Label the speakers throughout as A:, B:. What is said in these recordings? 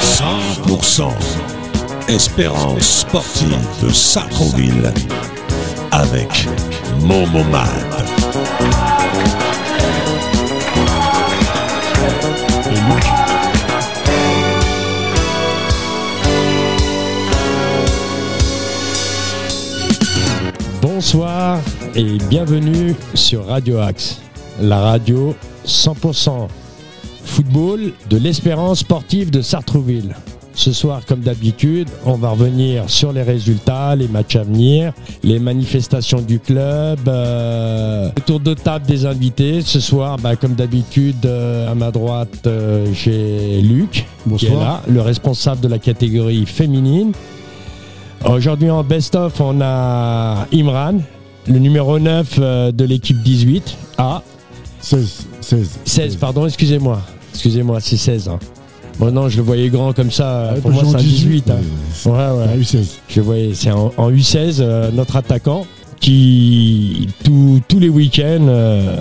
A: 100% Espérance sportive de Sacroville avec Momomad.
B: Bonsoir et bienvenue sur Radio Axe, la radio 100% football de l'espérance sportive de Sartrouville. Ce soir, comme d'habitude, on va revenir sur les résultats, les matchs à venir, les manifestations du club, euh, le tour de table des invités. Ce soir, bah, comme d'habitude, euh, à ma droite, euh, j'ai Luc, qui est là,
C: Bonsoir.
B: le responsable de la catégorie féminine. Aujourd'hui, en best-of, on a Imran, le numéro 9 euh, de l'équipe 18. Ah,
C: 16, 16.
B: 16, pardon, excusez-moi. Excusez-moi, c'est 16. hein. Bon, non, je le voyais grand comme ça. euh,
C: Ouais,
B: pour moi,
C: Jean
B: c'est un 18. hein.
C: mais Ah
B: Ouais,
C: c'est-
B: ouais.
C: eu 16.
B: Je voyais, c'est en, en U16, euh, notre attaquant qui, tout- tous les week-ends, euh,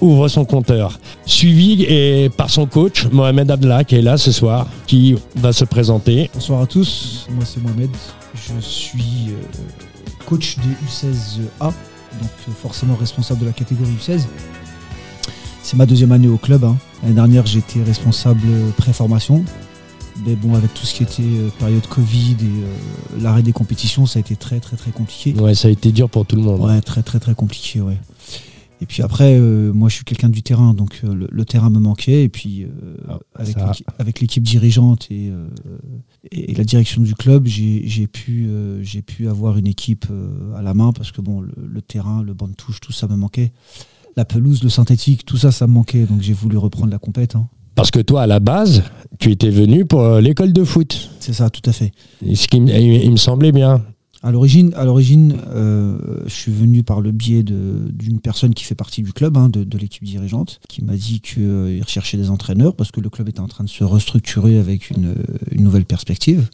B: ouvre son compteur. Suivi et par son coach, Mohamed Abdallah, qui est là ce soir, qui va se présenter.
D: Bonsoir à tous, moi c'est Mohamed, je suis euh, coach des U16A, donc euh, forcément responsable de la catégorie U16. C'est ma deuxième année au club, hein. l'année dernière j'étais responsable euh, pré-formation, mais bon avec tout ce qui était euh, période Covid et euh, l'arrêt des compétitions ça a été très très très compliqué.
B: Ouais, ça a été dur pour tout le monde. hein.
D: Ouais, très très très compliqué, ouais. Et puis après, euh, moi je suis quelqu'un du terrain, donc euh, le, le terrain me manquait. Et puis euh,
B: Ah,
D: avec
B: ça.
D: l'équi- avec l'équipe dirigeante et, euh, et, et la direction du club, j'ai j'ai pu, euh, j'ai pu avoir une équipe euh, à la main parce que bon, le, le terrain, le banc de touche, tout ça me manquait. La pelouse, le synthétique, tout ça, ça me manquait. Donc j'ai voulu reprendre la compète. hein.
B: Parce que toi, à la base, tu étais venu pour euh, l'école de foot.
D: C'est ça, tout à fait.
B: Ce qui m- il il me semblait bien.
D: À l'origine, à l'origine, euh, je suis venu par le biais de- d'une personne qui fait partie du club, hein, de, de l'équipe dirigeante, qui m'a dit qu'il recherchait des entraîneurs parce que le club était en train de se restructurer avec une, euh, une nouvelle perspective.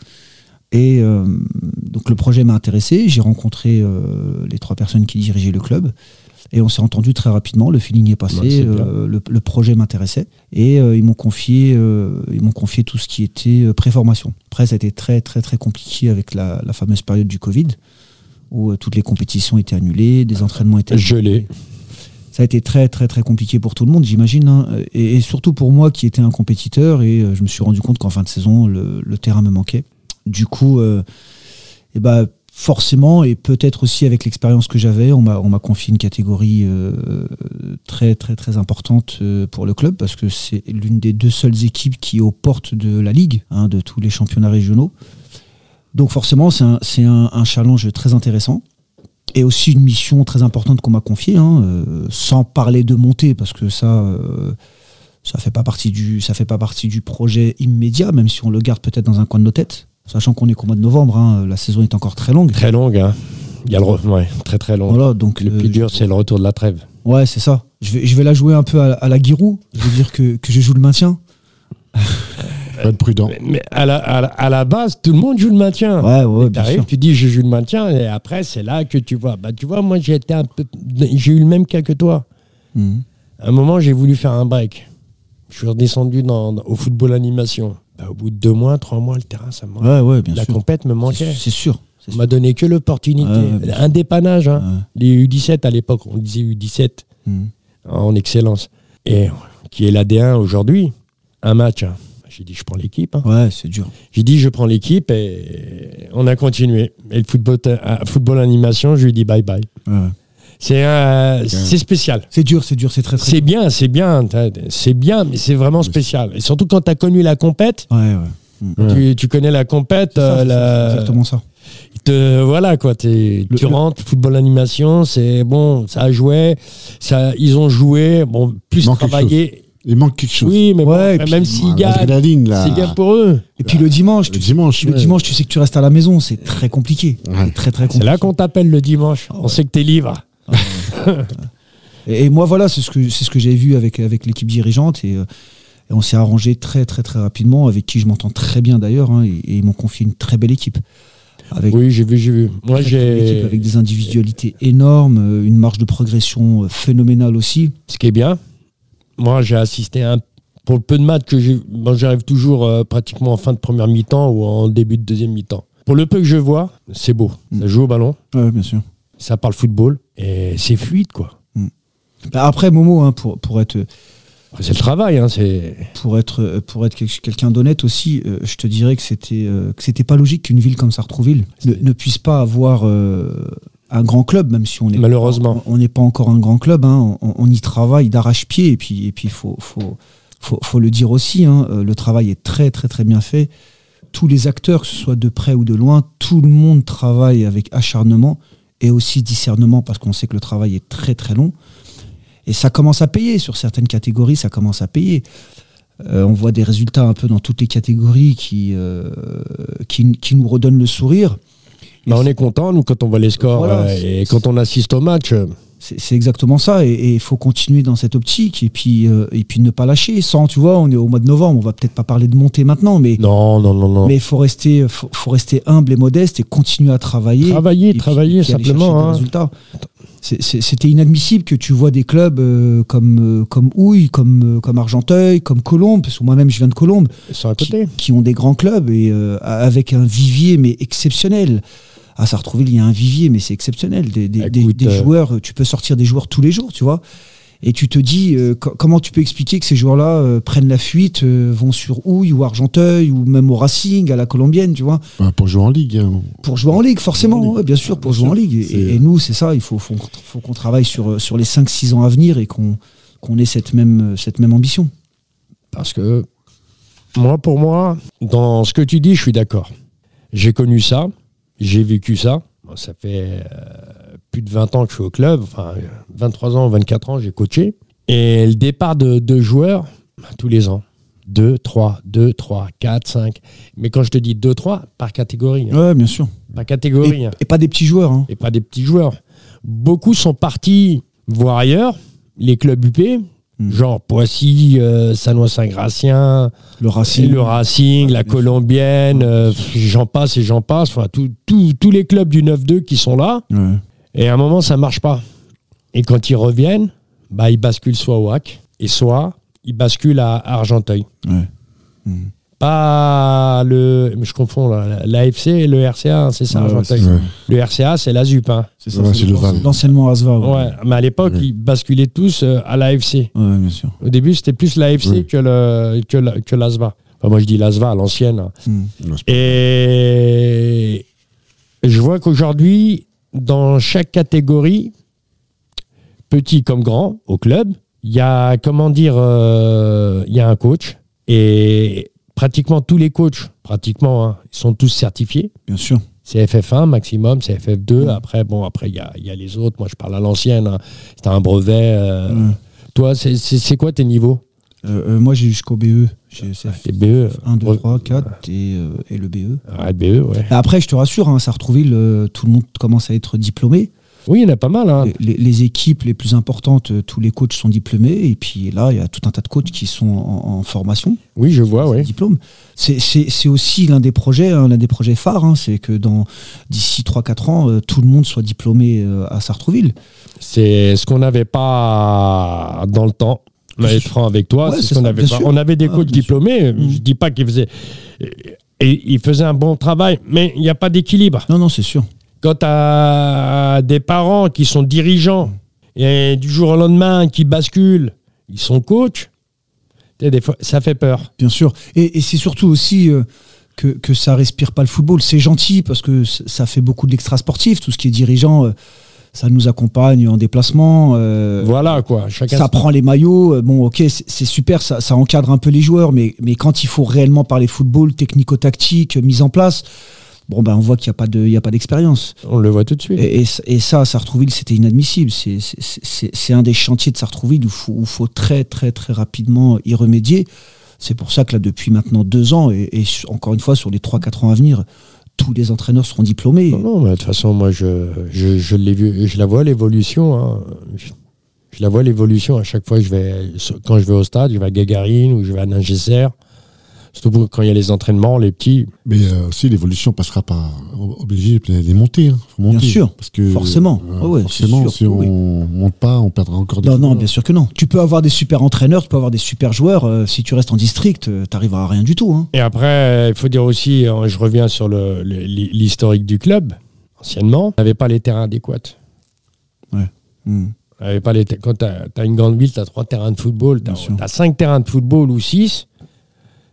D: Et euh, donc le projet m'a intéressé. J'ai rencontré euh, les trois personnes qui dirigeaient le club. Et on s'est entendu très rapidement, le feeling est passé,
B: Ouais, c'est bien.
D: euh, le, le projet m'intéressait. Et euh, ils m'ont confié, euh, ils m'ont confié tout ce qui était euh, pré-formation. Après, ça a été très très très compliqué avec la, la fameuse période du Covid, où euh, toutes les compétitions étaient annulées, des entraînements étaient
B: Je l'ai.
D: ça a été très très très compliqué pour tout le monde, j'imagine, hein. et, et surtout pour moi qui était un compétiteur et euh, je me suis rendu compte qu'en fin de saison le, le terrain me manquait. Du coup, euh, eh ben, forcément et peut-être aussi avec l'expérience que j'avais, on m'a on m'a confié une catégorie euh, très très très importante euh, pour le club parce que c'est l'une des deux seules équipes qui est aux portes de la ligue, hein, de tous les championnats régionaux. Donc forcément, c'est un, c'est un- un challenge très intéressant et aussi une mission très importante qu'on m'a confiée, hein, euh, sans parler de montée, parce que ça, euh, ça fait pas partie du, ça fait pas partie du projet immédiat, même si on le garde peut-être dans un coin de nos têtes, sachant qu'on est qu'au mois de novembre, hein, la saison est encore très longue.
B: Très longue, hein. Il y a le re- ouais, très très longue.
D: Voilà, donc
B: Le
D: euh,
B: plus dur, c'est le retour de la trêve.
D: Ouais, c'est ça. Je vais, je vais la jouer un peu à, à la Giroud. Je vais dire que, que je joue le maintien.
C: Faut être prudent.
B: Mais à la, à la- à la base, tout le monde joue le maintien.
D: Ouais, ouais, bien
B: T'arrives,
D: sûr.
B: tu dis je joue le maintien et après c'est là que tu vois. Bah tu vois, moi j'ai été un peu, j'ai eu le même cas que toi.
D: Mhm.
B: À un moment j'ai voulu faire un break. Je suis redescendu dans, au football animation. Bah, au bout de deux mois, trois mois, le terrain ça me manquait.
D: Ouais, ouais, bien
B: La
D: sûr.
B: compète me manquait.
D: C'est c'est sûr. c'est
B: On m'a donné que l'opportunité,
D: Ouais, ouais, bien
B: un dépannage. hein.
D: Ouais.
B: Les U17 à l'époque, on disait U17
D: Mhm.
B: en excellence et qui est l'AD1 aujourd'hui. Un match. hein. J'ai dit je prends l'équipe. hein.
D: Ouais, c'est dur.
B: J'ai dit, je prends l'équipe et on a continué. Et le football, euh, football animation, je lui dis bye bye.
D: Ouais, ouais.
B: C'est euh, c'est spécial.
D: C'est dur, c'est dur, c'est très très.
B: C'est bien, c'est bien, t'as- c'est bien, mais c'est vraiment spécial. Et surtout quand tu as connu la compète,
D: Ouais, ouais. Mhm.
B: tu, tu connais la compète,
D: C'est ça,
B: euh,
D: c'est ça,
B: la-
D: c'est exactement ça.
B: te- voilà quoi, t'es-
D: Le-
B: tu
D: le-
B: rentres, football animation, c'est bon, ça a joué, ça, ils ont joué, bon, plus
C: Il manque quelque
B: travaillé.
C: Il manque quelque chose.
B: Oui, mais bon,
D: Ouais, et puis,
B: même s'il gagne,
C: L'adrénaline, là.
B: c'est bien pour eux.
D: Et puis le dimanche,
C: Le
D: tu,
C: dimanche.
D: le
C: ouais.
D: dimanche, tu sais que tu restes à la maison, c'est très compliqué.
C: Ouais.
D: C'est Très très
B: C'est
D: compliqué.
B: là qu'on t'appelle le dimanche, on sait que t'es libre.
D: Et, et moi, voilà, c'est ce que, c'est ce que j'avais vu avec, avec l'équipe dirigeante. Et, euh, et on s'est arrangé très, très, très rapidement, avec qui je m'entends très bien d'ailleurs. hein, et, et ils m'ont confié une très belle équipe. Avec
B: Oui, j'ai vu, j'ai vu. Moi,
D: très, très belle équipe,
B: j'ai.
D: avec des individualités énormes, euh, une marge de progression euh, phénoménale aussi.
B: Ce qui est bien, moi, j'ai assisté à un. Pour le peu de maths que j'ai. bon, j'arrive toujours euh, pratiquement en fin de première mi-temps ou en début de deuxième mi-temps. Pour le peu que je vois, c'est beau.
D: Mm.
B: Ça joue au ballon,
D: Ouais, bien sûr.
B: ça parle football, et c'est fluide, quoi.
D: Bah, après, Momo, hein, pour, pour être
B: Après, C'est le travail, hein, c'est.
D: pour être euh, pour être quel- quelqu'un d'honnête aussi, euh, je te dirais que c'était euh, que c'était pas logique qu'une ville comme Sartrouville ne, ne puisse pas avoir euh, un grand club, même si on est
B: Malheureusement.
D: Bah, on on n'est pas encore un grand club. hein. on, on y travaille d'arrache-pied et puis et puis faut faut faut, faut le dire aussi. hein, euh, le travail est très très très bien fait. Tous les acteurs, que ce soit de près ou de loin, tout le monde travaille avec acharnement et aussi discernement parce qu'on sait que le travail est très très long. Et ça commence à payer sur certaines catégories, ça commence à payer. Euh, on voit des résultats un peu dans toutes les catégories qui, euh, qui, qui nous redonnent le sourire.
B: Bah, on est content, nous, quand on voit les scores
D: Voilà,
B: euh,
D: c'est-
B: et quand on assiste au match. euh,
D: C'est c'est exactement ça, et il faut continuer dans cette optique, et puis, euh, et puis ne pas lâcher. Sans, tu vois, on est au mois de novembre, on va peut-être pas parler de montée maintenant, mais
B: Non, non, non, non.
D: mais faut rester, faut, faut rester humble et modeste et continuer à travailler.
B: travailler,
D: et puis-
B: travailler
D: et puis aller chercher
B: simplement.
D: des
B: hein.
D: résultats. C'est- c'est- C'était inadmissible que tu vois des clubs euh, comme, euh, comme Houille, comme, euh, comme Argenteuil, comme Colombes, parce que moi-même je viens de Colombes,
B: hein, Sur un
D: qui,
B: côté.
D: qui ont des grands clubs et euh, avec un vivier mais exceptionnel. À Sartrouville, il y a un vivier, mais c'est exceptionnel. Des, des- des-
B: Écoute,
D: des
B: euh,
D: joueurs, tu peux sortir des joueurs tous les jours, tu vois. Et tu te dis, euh, co- comment tu peux expliquer que ces joueurs-là euh, prennent la fuite, euh, vont sur Houille ou Argenteuil ou même au Racing, à la Colombienne, tu vois,
C: Bah, pour jouer en ligue. hein.
D: pour jouer en Ligue, forcément,
C: Ligue.
D: ouais, bien sûr, pour
C: Bien
D: jouer en
C: sûr.
D: Ligue. Et-
C: C'est-
D: Et, et nous, c'est ça, il faut, faut, qu'on- faut qu'on travaille sur, euh, sur les 5-6 ans à venir et qu'on qu'on ait cette même, euh, cette même ambition.
B: Parce que moi, pour moi, dans ce que tu dis, je suis d'accord. J'ai connu ça, j'ai vécu ça. Bon, ça fait euh, plus de 20 ans que je suis au club, enfin euh, 23 ans, 24 ans, j'ai coaché. Et le départ de deux joueurs, bah, tous les ans. 2, 3, 2, 3, 4, 5. Mais quand je te dis 2, 3, par catégorie. hein.
D: Ouais, bien sûr.
B: par catégorie. hein.
D: Et pas des petits joueurs. hein.
B: et pas des petits joueurs. Beaucoup sont partis voir ailleurs, les clubs UP,
D: Mm.
B: genre Poissy, euh, Sanois-Saint-Gratien,
D: Le Racing.
B: le Racing, la
D: bien sûr.
B: Colombienne, euh, pff, j'en passe et j'en passe, enfin tout- tout- tous les clubs du 9-2 qui sont là,
D: Ouais.
B: et à un moment ça marche pas. Et quand ils reviennent, bah, ils basculent soit au HAC, et soit ils basculent à Argenteuil.
D: Ouais. Mm.
B: Hmm. Pas le. Je confonds là, l'AFC et le RCA, hein, c'est ça,
D: Ouais, ouais,
B: Argenteuil.
C: Ouais.
B: le RCA, c'est la ZUP. hein.
D: C'est
C: ça, Ouais, c'est c'est le le- Val.
D: L'anciennement Asva. Ouais.
B: Ouais, mais à l'époque,
C: Ouais.
B: ils basculaient tous euh, à l'AFC.
D: Ouais, bien sûr.
B: Au début, c'était plus l'AFC
C: Ouais.
B: que, le, que, la- que l'ASVA. Enfin, moi, je dis l'ASVA, à l'ancienne. hein.
D: Mm.
C: Non, c'est
B: Et je vois qu'aujourd'hui, dans chaque catégorie, petit comme grand, au club, il y a, comment dire, euh, il y a un coach. Et pratiquement tous les coachs, pratiquement, hein, ils sont tous certifiés.
D: Bien sûr.
B: C'est FF1 maximum, c'est
D: Mm.
B: FF2. Après, bon, après, il y a, il y a les autres. Moi, je parle à l'ancienne. hein. C'était un brevet. euh,
D: Ouais.
B: Toi, c'est- c'est c'est quoi tes niveaux
D: Euh, euh, moi, j'ai jusqu'au BE. J'ai
B: Tes E? BE
D: 1, 2,
B: Bre-
D: 3, 4 et, euh, et le BE.
B: Ouais, BE, Ah, E, ouais.
D: Et Après, je te rassure, hein, Sartrouville, euh, tout le monde commence à être diplômé.
B: Oui, il y en a pas mal. hein.
D: Les- Les, les équipes les plus importantes, euh, tous les coachs sont diplômés. Et puis là, il y a tout un tas de coachs qui sont en, en formation,
B: Oui, je vois, Ah oui.
D: diplôme. C'est- C'est c'est aussi l'un des projets, hein, l'un des projets phares. hein, C'est que dans d'ici 3-4 ans, euh, tout le monde soit diplômé euh, à Sartrouville.
B: C'est ce qu'on n'avait pas dans le temps. Mais être franc avec toi,
D: Ouais,
B: c'est
D: c'est
B: ce qu'on
D: ça,
B: avait
D: bien
B: pas.
D: sûr.
B: On avait des
D: Ouais,
B: coachs
D: bien
B: diplômés.
D: Mhm.
B: Je dis pas qu'ils faisaient. Et ils faisaient un bon travail, mais il n'y a pas d'équilibre.
D: Non, non, c'est sûr.
B: Quand tu as des parents qui sont dirigeants et du jour au lendemain qui basculent, ils sont coachs, tu sais, des fois, ça fait peur.
D: Bien sûr. Et, et c'est surtout aussi euh, que, que ça respire pas le football. C'est gentil parce que c- ça fait beaucoup de l'extra sportif. Tout ce qui est dirigeant, euh, ça nous accompagne en déplacement. euh,
B: voilà quoi, chacun.
D: Ça
B: se-
D: prend les maillots, euh, bon ok, c'est c'est super, ça, ça encadre un peu les joueurs, mais, mais quand il faut réellement parler football, technico-tactique, euh, mise en place, bon ben on voit qu'il n'y a pas de- il y a pas d'expérience.
B: On le voit tout de suite.
D: Et, et ça- et ça, à Sartrouville, c'était inadmissible. C'est- c'est- C'est c'est un des chantiers de Sartrouville où il faut, où faut très, très, très rapidement y remédier. C'est pour ça que là, depuis maintenant deux ans, et, et su- encore une fois, sur les 3-4 ans à venir, tous les entraîneurs seront diplômés.
B: Non, non, mais de toute façon, moi, je, je, je l'ai vu, je la vois l'évolution. hein. Je, Je la vois l'évolution à chaque fois. Je vais, quand je vais au stade, je vais à Gagarine ou je vais à Ningesser. Surtout quand il y a les entraînements, les petits.
C: Mais euh, aussi, l'évolution passera par obliger les, les montées. hein. Faut monter.
D: sûr.
C: Parce que,
D: Forcément.
C: euh,
D: Ah ouais,
C: forcément,
D: c'est sûr,
C: si on
D: oui.
C: monte pas, on perdra encore des
D: Non, non,
C: joueurs.
D: bien sûr que non. Tu peux avoir des super entraîneurs, tu peux avoir des super joueurs. euh, si tu restes en district, euh, t'arriveras à rien du tout. hein.
B: Et après, euh, il faut dire aussi, euh, je reviens sur le- le- l'hi- l'historique du club. Anciennement, on n'avait pas les terrains adéquats.
D: Mm.
B: On n'avait pas les ter- quand tu as, une grande ville, tu as trois terrains de football, tu
D: Bien sûr.
B: as, cinq terrains de football ou six.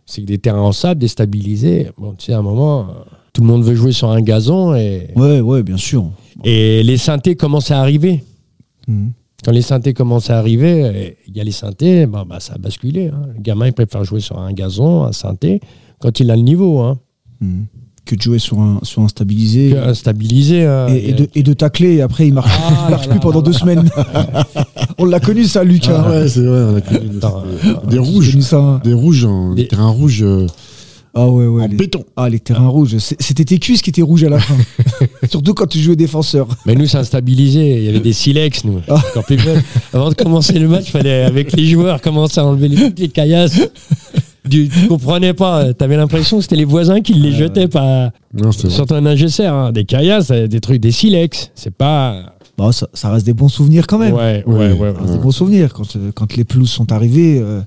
B: C'est que des terrains en sable, déstabilisés. Bon, tu sais, à un moment, euh, tout le monde veut jouer sur un gazon et,
D: Ouais, ouais, bien sûr.
B: et les synthés commencent à arriver.
D: Mm.
B: Quand les synthés commencent à arriver, euh, il y a les synthés, bah, bah, ça a basculé. hein. Le gamin, il préfère jouer sur un gazon, un synthé, quand il a le niveau, hein,
D: Mm. Que de jouer sur un, sur un stabilisé.
B: que euh, un stabilisé. hein.
D: Et, et de, et de tacler, et après il marche,
B: Ah
D: il marche
B: là
D: plus
B: là
D: pendant
B: là
D: deux semaines. On l'a connu ça, Lucas.
C: Ah ouais, c'est vrai, on a connu des-
B: Attends, euh,
C: des
D: On a
C: rouges.
D: connu ça, hein.
C: Des rouges, hein,
B: Des-
C: des terrains rouges euh,
D: Ah ouais, ouais.
C: en
D: les-
C: béton.
D: Ah, les terrains rouges. C'est- C'était tes cuisses qui étaient rouges à la fin. Surtout quand tu jouais défenseur.
B: Mais nous, c'est instabilisé. Il y avait des silex, nous.
D: Ah.
B: Encore plus belle. Avant de commencer le match, fallait, avec les joueurs, commencer à enlever les, toutes les caillasses. Tu, tu comprenais pas. T'avais l'impression que c'était les voisins qui les jetaient pas
C: Non, c'est vrai.
B: sur ton ingénieur. Des caillasses, euh, des trucs, des silex. C'est pas.
D: Bon, Bah, ça, ça reste des bons souvenirs quand
B: Ouais,
D: même.
B: ouais,
C: Oui.
B: ouais.
D: Ça reste Des
C: Mmh.
D: bons souvenirs. Quand, euh, quand les pelouses sont arrivées, euh,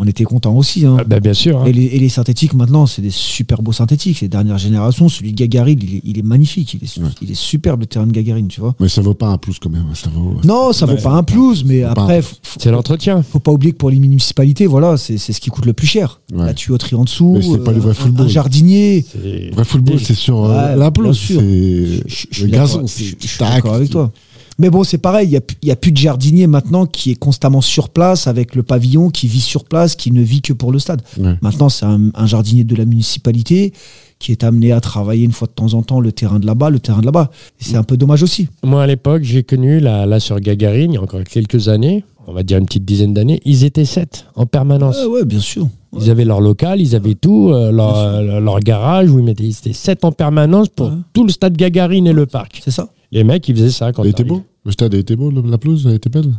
D: on était contents aussi. hein.
B: Ah, bah, bien sûr. hein.
D: Et les, et les synthétiques maintenant, c'est des super beaux synthétiques. Les dernières générations, celui de Gagarine, il est, il est magnifique. Il est, su-
C: Ouais.
D: il est superbe le terrain de Gagarine, tu vois.
C: Mais ça vaut pas un plus quand même. hein, Ça vaut.
D: Non, ça vaut
B: Ouais.
D: pas un plus, mais
C: Pas un
D: après, faut, faut-
B: C'est l'entretien.
D: faut pas oublier que pour les municipalités, voilà, c'est c'est ce qui coûte le plus cher.
C: Ouais.
D: La tuyauterie en dessous, euh,
C: Mais c'est pas le vrai
D: un- un,
C: football.
D: jardinier.
B: C'est-
C: Vrai football, c'est sur euh,
D: Ouais,
C: la pelouse,
D: bien sûr.
C: c'est
D: Je- je- je
C: le
D: suis d'accord-
C: gazon,
D: je-
C: c'est
D: je- je suis
C: tac,
D: d'accord avec toi. Mais bon, c'est pareil, il n'y a, pu- il y a plus de jardinier maintenant qui est constamment sur place avec le pavillon, qui vit sur place, qui ne vit que pour le stade.
C: Ouais.
D: Maintenant, c'est un, un jardinier de la municipalité qui est amené à travailler une fois de temps en temps le terrain de là-bas, le terrain de là-bas. Et C'est un peu dommage aussi.
B: Moi, à l'époque, j'ai connu, là, là, sur Gagarine, il y a encore quelques années, on va dire une petite dizaine d'années, ils étaient sept en permanence.
D: Ouais, Ah ouais, bien sûr. Ouais.
B: Ils avaient leur local, ils avaient tout, euh, leur,
D: Bien
B: euh, leur garage où ils mettaient. Ils étaient sept en permanence pour
D: Ouais.
B: tout le stade Gagarine et le parc.
D: C'est ça
B: Les mecs, ils faisaient ça quand
C: Il était
B: t'arrives.
C: beau. Le stade a été beau, le- la pelouse a été belle.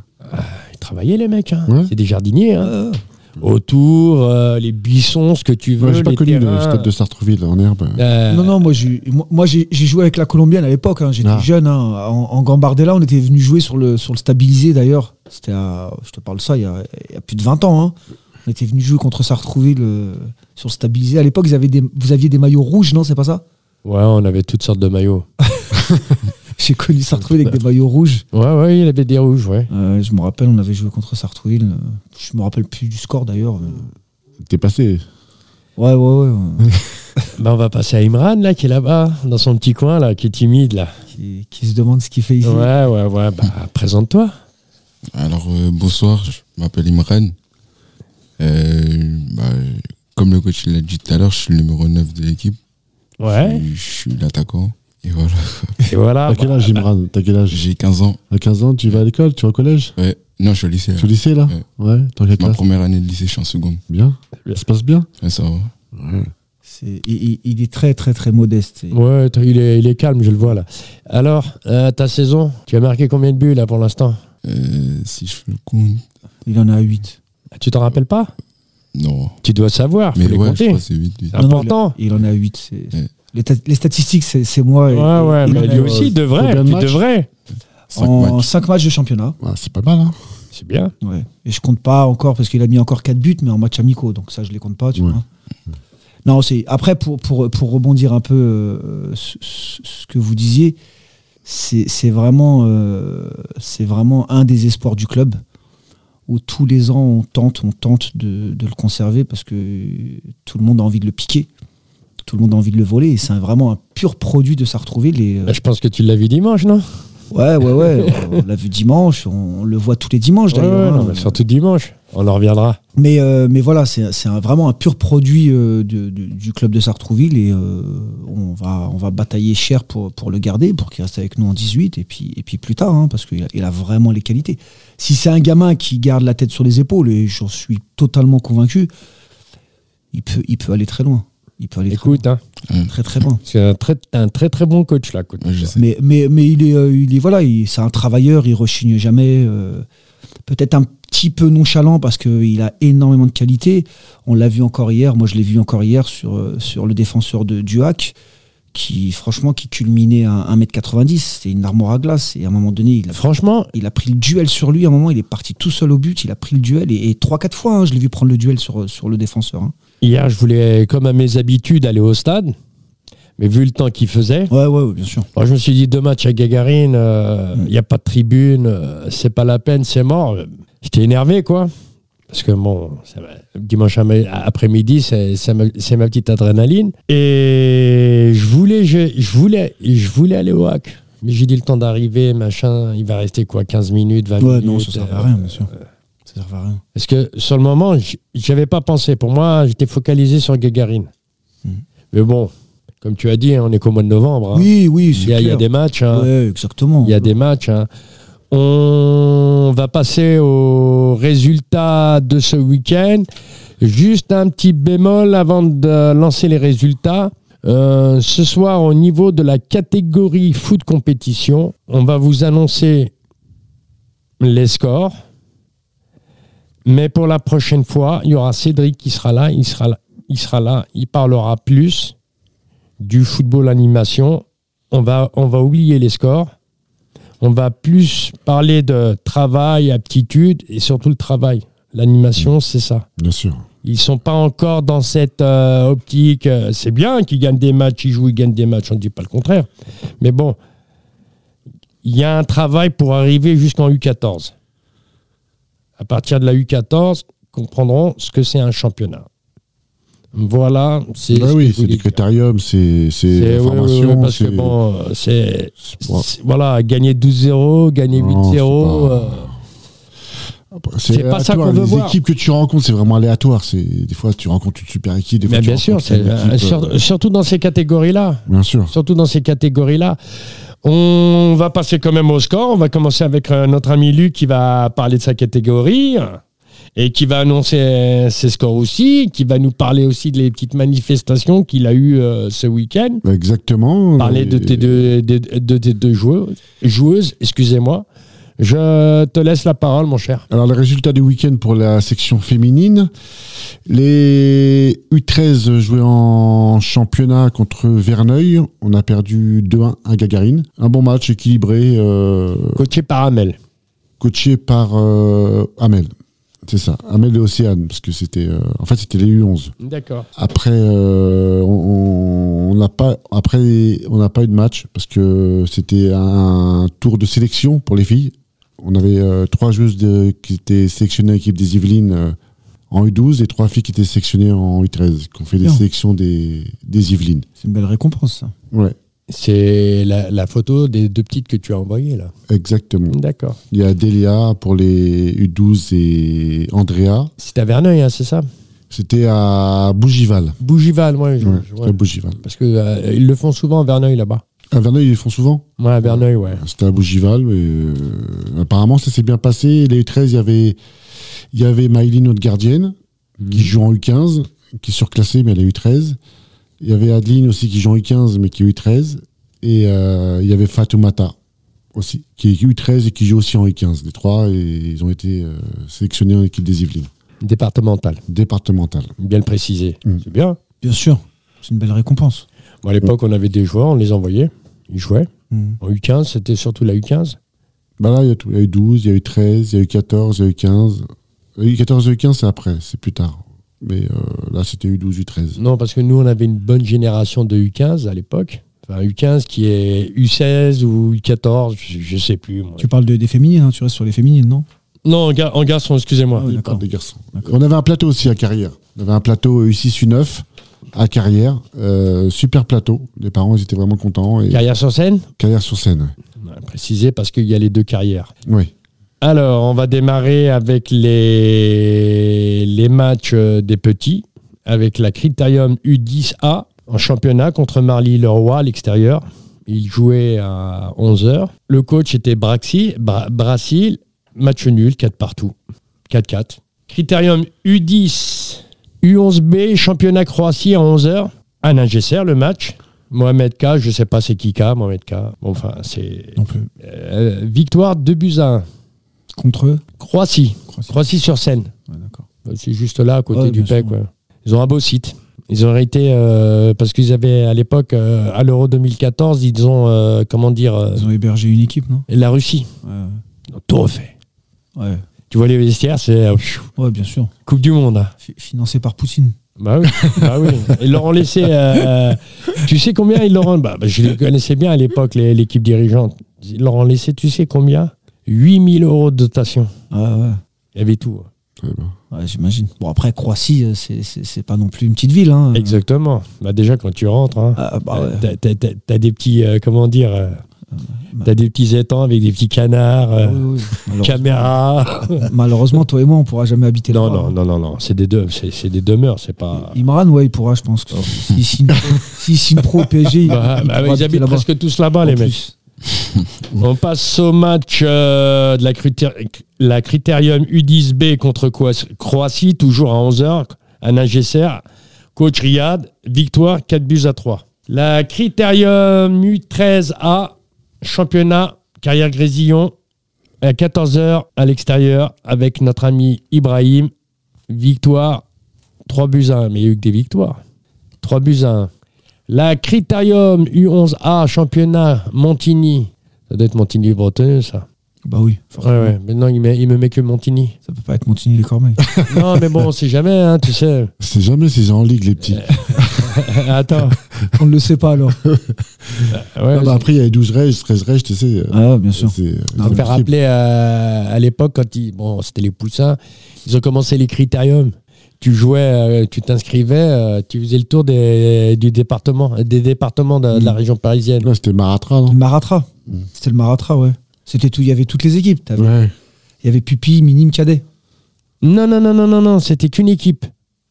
B: Ils travaillaient, les mecs. hein.
C: Ouais.
B: C'est des jardiniers. hein.
D: Euh,
B: Autour, euh, les buissons, ce que tu veux.
C: Ouais, J'ai pas
B: les
C: connu le
B: terrains.
C: stade de Sartreville en herbe.
B: Euh,
D: Non, non, moi j'ai moi- moi, j'ai- j'ai joué avec la Colombienne à l'époque. hein. J'étais
C: Ah.
D: jeune. hein. En, en Gambardella, on était venu jouer sur le, sur le stabilisé d'ailleurs. C'était à- je te parle ça, il y a, il y a plus de 20 ans. hein. On était venu jouer contre Sartrouville euh, sur le stabilisé. À l'époque, ils avaient des- vous aviez des maillots rouges, non C'est pas ça
B: Ouais, on avait toutes sortes de maillots.
D: J'ai connu Sartrouville avec des maillots rouges.
B: Ouais, ouais, il avait des rouges, ouais.
D: Euh, je me rappelle, on avait joué contre Sartrouville. euh, Je me rappelle plus du score d'ailleurs. euh.
C: T'es passé.
D: Ouais, ouais, ouais. ouais.
B: Ben, on va passer à Imran, là, qui est là-bas, dans son petit coin, là, qui est timide, là.
D: qui, qui se demande ce qu'il fait ici.
B: Ouais, ouais, ouais. Bah, présente-toi.
E: Alors, euh, bonsoir, je m'appelle Imran. Euh, bah, comme le coach l'a dit tout à l'heure, je suis le numéro 9 de l'équipe.
B: Ouais.
E: Je, je suis l'attaquant. Et voilà,
B: Et voilà.
C: T'as quel
B: bah,
C: âge, Imran T'as quel âge
E: j'ai 15 ans.
C: ah À 15 ans, tu vas à l'école, tu vas au collège
E: Ouais. Non, je suis au lycée.
C: Tu es au
E: là.
C: lycée, là Ouais, t'as quelle
E: Ma
C: classe
E: première année de lycée, je suis en seconde.
C: Bien. Ça se passe bien
E: Ouais, ça va.
D: C'est- Il, il- il est très, très, très modeste. Et-
B: Ouais, t'as- il est, il est calme, je le vois là. Alors, euh, ta saison, tu as marqué combien de buts là pour l'instant
E: Euh, si je fais le compte.
D: Il en a 8.
B: Tu t'en rappelles pas
E: Non.
B: Tu dois savoir, faut
E: Mais
B: les
E: ouais, je
B: compter.
E: crois que c'est 8.
B: C'est important.
D: Il en a 8. c'est-
E: Ouais.
D: Les, ta- les statistiques, c'est c'est moi. et-
B: ouais, ouais,
D: et- et
B: mais
D: il en
B: lui
D: a-
B: aussi, il devrait,
C: combien de
B: tu
C: matchs
B: devrais.
E: 5
D: En
E: matchs.
D: 5 matchs de championnat.
C: Ouais, C'est pas mal, hein
B: C'est bien.
D: Ouais. Et je compte pas encore parce qu'il a mis encore 4 buts, mais en match amicaux. Donc ça, je les compte pas. Tu
C: Ouais.
D: vois. Non, c'est. Après, pour, pour, pour rebondir un peu euh, ce, ce- ce que vous disiez, c'est c'est vraiment, euh, c'est vraiment un des espoirs du club où tous les ans on tente, on tente de, de le conserver parce que tout le monde a envie de le piquer, tout le monde a envie de le voler et c'est un- vraiment un pur produit de Sartrouville. Et, euh,
B: Bah, je pense que tu l'as vu dimanche, non
D: Ouais, ouais, ouais. on l'a vu dimanche, on le voit tous les dimanches
B: Ouais, ouais,
D: d'ailleurs.
B: non,
D: hein.
B: mais surtout dimanche. On en reviendra.
D: mais, euh, mais voilà, c'est c'est un- vraiment un pur produit euh, de- de- du club de Sartrouville et euh, on, va, on va batailler cher pour, pour le garder, pour qu'il reste avec nous en 18 et puis, et puis plus tard, hein, parce qu'il a, il a vraiment les qualités. Si c'est un gamin qui garde la tête sur les épaules, et j'en suis totalement convaincu, il peut, il peut aller très loin. Il peut aller
B: Écoute, hein,
D: très, très loin.
B: c'est un très, t'as un très très bon coach là. Coach.
E: Ouais, je sais.
D: Mais, mais, mais il est, euh, il est voilà, il- c'est un travailleur, il rechigne jamais. euh, peut-être un petit peu nonchalant parce qu'il a énormément de qualité. On l'a vu encore hier, moi je l'ai vu encore hier sur, euh, sur le défenseur de Duhac, qui franchement qui culminait à 1m90, c'était une armoire à glace, et à un moment donné il a,
B: Franchement,
D: il a pris le duel sur lui, à un moment il est parti tout seul au but, il a pris le duel, et, et 3-4 fois hein, je l'ai vu prendre le duel sur, sur le défenseur. hein.
B: hier, je voulais, comme à mes habitudes, aller au stade. Mais vu le temps qu'il faisait,
D: Ouais, ouais, ouais, bien sûr.
B: moi, je me suis dit deux matchs à Gagarine, euh, il n'y a pas de tribune, euh, c'est pas la peine, c'est mort. J'étais énervé, quoi. Parce que bon, ça va, dimanche am- après-midi, c'est c'est ma, c'est ma petite adrénaline. Et je voulais, je, je voulais, je voulais aller au hack. Mais j'ai dit le temps d'arriver, machin, il va rester quoi, 15 minutes, 20
D: Ouais,
B: minutes
D: non, ça sert à
B: euh,
D: rien, bien sûr. Ça sert à rien.
B: Parce que sur le moment, j- j'avais pas pensé. Pour moi, j'étais focalisé sur Gagarine.
D: Mhm.
B: Mais bon, comme tu as dit, hein, on est qu'au mois de novembre. hein.
D: Oui, oui, c'est
B: il, y a, il y a
D: clair.
B: des matchs. hein.
D: Ouais, exactement.
B: Il y a des matchs. hein. On va passer aux résultats de ce week-end. Juste un petit bémol avant de lancer les résultats. Euh, ce soir, au niveau de la catégorie foot compétition, on va vous annoncer les scores. Mais pour la prochaine fois, il y aura Cédric qui sera là, il sera là, il sera là, il parlera plus du football animation. On va, on va oublier les scores. On va plus parler de travail, aptitude et surtout le travail.
C: Mm.
B: L'animation, c'est ça.
C: Bien sûr.
B: Ils sont pas encore dans cette euh, optique. euh, C'est bien qu'ils gagnent des matchs, ils jouent, ils gagnent des matchs. On ne dit pas le contraire. Mais bon, il y a un travail pour arriver jusqu'en U14. À partir de la U14, comprendront ce que c'est un championnat. Voilà. C'est
C: Bah
B: ce
C: oui,
B: que je
C: c'est
B: voulais
C: des
B: dire.
C: critériums, c'est c'est
B: C'est- ouais, ouais, ouais,
C: l'information,
B: parce que
C: c'est
B: bon, euh, c'est
C: c'est pas-
B: c'est- voilà, gagner 12-0, gagner
C: Non,
B: 8-0.
C: c'est pas-
B: euh,
C: c'est
B: pas ça
C: aléatoire.
B: qu'on veut
C: les
B: voir.
C: équipes que tu rencontres, c'est vraiment aléatoire. C'est des fois tu rencontres une super équipe, des fois
B: mais
C: tu
B: bien sûr,
C: rencontres une
B: c'est-
C: équipe,
B: euh, sur-
C: euh,
B: surtout dans ces catégories-là.
C: bien sûr.
B: Surtout dans ces catégories-là. On va passer quand même au score. On va commencer avec euh, notre ami Luc qui va parler de sa catégorie euh, et qui va annoncer euh, ses scores aussi, qui va nous parler aussi des petites manifestations qu'il a eues euh, ce week-end.
C: Exactement.
B: Parler de
C: Et-
B: tes deux, de- de tes deux joueuses, joueuses, excusez-moi. Je te laisse la parole, mon cher.
C: Alors, les résultats du week-end pour la section féminine. Les U13 jouaient en championnat contre Verneuil. On a perdu 2-1 à Gagarine. Un bon match équilibré, euh,
B: Coaché par Amel.
C: coaché par euh, Amel. C'est ça, Amel et Océane, parce que c'était. euh, en fait, c'était les U11.
B: D'accord.
C: Après, euh, on on n'a pas. Après, on n'a pas eu de match parce que c'était un tour de sélection pour les filles. On avait euh, trois joueuses de- qui étaient sélectionnées à l'équipe des Yvelines euh, en U12 et trois filles qui étaient sélectionnées en U13, qui ont fait des
D: Bien.
C: sélections des, des Yvelines.
D: C'est une belle récompense, ça.
C: Ouais,
B: C'est la, la photo des deux petites que tu as envoyées, là.
C: exactement.
B: D'accord.
C: Il y a Delia pour les U12 et Andrea.
B: C'est à Verneuil, hein, c'est ça
C: C'était à Bougival.
B: Bougival, moi. je-
C: Ouais,
B: je-
C: c'était
B: ouais.
C: à Bougival.
B: Parce que euh, ils le font souvent à Verneuil là-bas.
C: À Verneuil, ils le font souvent
B: Ouais, à Verneuil, ouais.
C: C'était à Bougival. mais, euh, apparemment, ça s'est bien passé. Les U13, il y avait, il y avait Maëline, notre gardienne, qui joue en U15, qui est surclassée, mais elle est U13. Il y avait Adeline aussi qui joue en U15, mais qui est U13. Et euh, il y avait Fatoumata aussi, qui est U13 et qui joue aussi en U15. Les trois, et ils ont été euh, sélectionnés en équipe des Yvelines,
B: Départemental,
C: départementale.
B: bien le préciser.
C: Mm.
B: C'est bien.
D: Bien sûr, c'est une belle récompense.
B: Bon, à l'époque, on avait des joueurs, on les envoyait. Ils jouaient.
C: Mm.
B: En U15, c'était surtout la U15.
C: Bah là, il y a tout. Il y a eu 12, il y a eu 13, il y a eu 14, il y a Euh, eu 15. Il y a eu 14 et 15, c'est après, c'est plus tard. Mais euh, là, c'était eu 12, eu 13.
B: Non, parce que nous, on avait une bonne génération de U15 à l'époque. Enfin, U15 qui est U16 ou U14, je, je sais plus. moi.
D: Tu parles de- des féminines, hein, tu restes sur les féminines, non
B: Non, en, ga- en garçon, excusez-moi.
D: Ah oui,
C: Il
D: d'accord.
C: parle des garçons.
D: D'accord.
C: On avait un plateau aussi à Carrière. On avait un plateau U6, U9 à Carrière. Euh, super plateau. Les parents, ils étaient vraiment contents. Et
B: Carrière sur scène
C: Carrière sur scène.
B: Ouais, Préciser parce qu'il y a les deux carrières.
C: Oui.
B: Alors, on va démarrer avec les, les matchs euh, des petits, avec la Critérium U10A en championnat contre Marly-le-Roi à l'extérieur. Il jouait à 11h. Le coach était Braxi, Bra- Brassil. Match nul, 4 partout. 4-4. Critérium U10, U11B, championnat Croatie à 11h. À Ningesser, le match. Mohamed K, je sais pas c'est qui K, Mohamed K. Bon, enfin, c'est.
D: Non plus.
B: Euh, victoire 2 buts à 1
D: contre eux
B: Croissy.
D: Croissy.
B: Croissy sur Seine.
D: Ouais, d'accord.
B: Bah, C'est juste là, à côté
D: Ouais,
B: du
D: bien sûr.
B: PEC. ouais. Ils ont un beau site. Ils ont été, euh, parce qu'ils avaient à l'époque, euh, à l'Euro 2014, ils ont, euh, comment dire, euh,
D: Ils ont hébergé une équipe, non
B: la Russie.
D: ouais,
B: Ils ont tout refait.
D: ouais.
B: Tu vois les vestiaires, c'est euh, pfiou,
D: Ouais, bien sûr.
B: Coupe du Monde. hein.
D: Fi- Financé par Poutine.
B: Bah oui, bah oui. Ils leur ont laissé. euh, tu sais combien ils leur ont. Bah, bah, je les connaissais bien à l'époque, les- l'équipe dirigeante. Ils leur ont laissé, tu sais combien 8000 euros de dotation.
D: Ouais, ouais.
B: Il y avait tout.
C: Ouais, bah.
D: Ouais, j'imagine. Bon, après, Croissy, euh, c'est- c'est c'est pas non plus une petite ville. Hein.
B: Exactement. Bah, déjà, quand tu rentres, hein,
D: Ah, bah, ouais.
B: t'as- t'as- t'as- t'as des petits. euh, comment dire euh,
D: bah.
B: T'as des petits étangs avec des petits canards, euh,
D: Oui, oui. Malheure-
B: caméras.
D: Malheureusement, toi et moi, on pourra jamais habiter
B: Non,
D: là.
B: non, non, non, non. C'est des, deux- c'est- c'est des demeures, c'est pas.
D: Imran, ouais, il pourra, je pense. que Si signe si, signe pro au PSG, il-
B: Oh. Bah,
D: il
B: bah,
D: pourra
B: ils
D: habiter
B: habitent
D: là-bas.
B: presque tous là-bas,
D: En
B: les mecs.
D: plus.
B: On passe au match euh, de la, Critér- la Critérium U10B contre Croatie- Croatie, toujours à 11h, à Nagesser. Coach Riyad, victoire 4 buts à 3. La Critérium U13A, championnat, carrière Grésillon, à 14h à l'extérieur avec notre ami Ibrahim. Victoire 3 buts à 1, mais il y a eu que des victoires. 3 buts à 1. La Critérium U11A, championnat Montigny, ça doit être Montigny bretonneux, ça.
D: Bah oui,
B: Ouais, ouais. Maintenant, il, met- il me met que Montigny.
D: ça peut pas être Montigny les Cormeilles.
B: non, mais bon, on sait jamais, hein, tu sais.
C: C'est jamais s'ils sont en ligue, les petits.
B: Attends.
D: on ne le sait pas alors.
B: Ouais,
C: Ah bah, après, il y avait 12 règes, 13 règes, tu sais. euh,
D: Ah, bien sûr.
C: C'est euh,
B: je me
C: c'est
B: fais
C: possible.
B: rappeler euh, à l'époque, quand ils, bon, c'était les poussins, ils ont commencé les critériums. Tu jouais, euh, tu t'inscrivais, euh, tu faisais le tour des, du département, des départements de, de
C: Mm.
B: la région parisienne.
C: Là, c'était Maratra,
D: Le
C: non
D: Maratra. C'était le Maratra, ouais. C'était tout. Il y avait toutes les équipes. T'avais- Il
C: Ouais.
D: y avait Pupille, Minime, Cadet.
B: Non, non, non, non, non, non, c'était qu'une équipe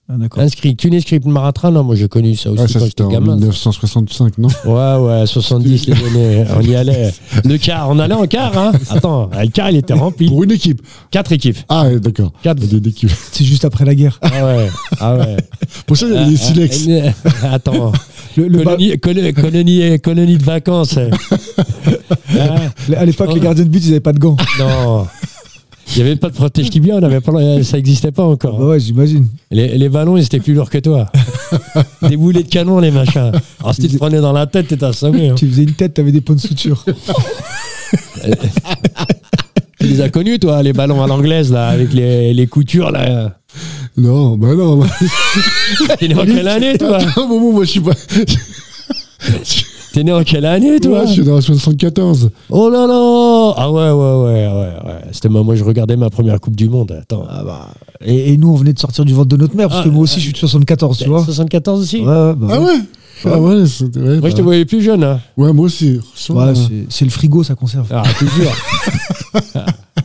D: Ah, d'accord.
B: inscrite, qu'une inscrite Maratrin. Non, moi j'ai connu ça aussi
C: Ah, ça,
B: quand
C: c'était
B: j'étais
C: en
B: gamin. ça.
C: 1965, non
B: Ouais, ouais, 70 les années, on y allait. Le quart, on allait en quart, hein. Attends, le quart, il était rempli.
C: Pour une équipe.
B: Quatre équipes.
C: Ah, ouais, d'accord.
B: Quatre.
C: Des des équipes.
D: C'est juste après la guerre.
B: Ah ouais, ah ouais.
C: Pour ça, il y avait les silex.
B: Euh, euh, Attends,
D: Le- le
B: colonie, colo- colonie, colonie de vacances. hein. Hein
D: ba- À l'époque, les gardiens de but, ils n'avaient pas de gants.
B: non. Il n'y avait pas de protège tibia, on avait pas, le- ça n'existait pas
D: Bah
B: encore.
D: ouais, j'imagine.
B: Les, les ballons, ils étaient plus lourds que toi. Des boulets de canon, les machins. Alors si tu te prenais dans la tête, t'étais assommé. hein.
D: Tu faisais une tête, t'avais des points de suture.
B: Tu les as connus, toi, les ballons à l'anglaise, là, avec les, les coutures, là.
C: Non, bah non. bah,
B: T'es né en quelle année, toi
C: À un moment, moi, je suis pas.
B: T'es né en quelle année, toi
C: Toi, je suis dans la 74.
B: Oh là là Ah ouais, ouais, ouais, ouais. ouais. C'était moi, moi, je regardais ma première Coupe du Monde. Attends.
D: Ah bah, et, et nous, on venait de sortir du ventre de notre mère, parce que
B: Ah,
D: moi aussi, je suis de 74, tu vois.
B: 74 aussi
D: Ouais, ouais, bah
C: Ah
D: ouais.
C: ouais Ah ouais, c'était- ouais,
B: Moi, je te
C: bah.
B: voyais plus jeune. Hein.
C: Ouais, moi aussi.
D: Ouais, c'est- c'est le frigo, ça conserve.
B: Ah, toujours.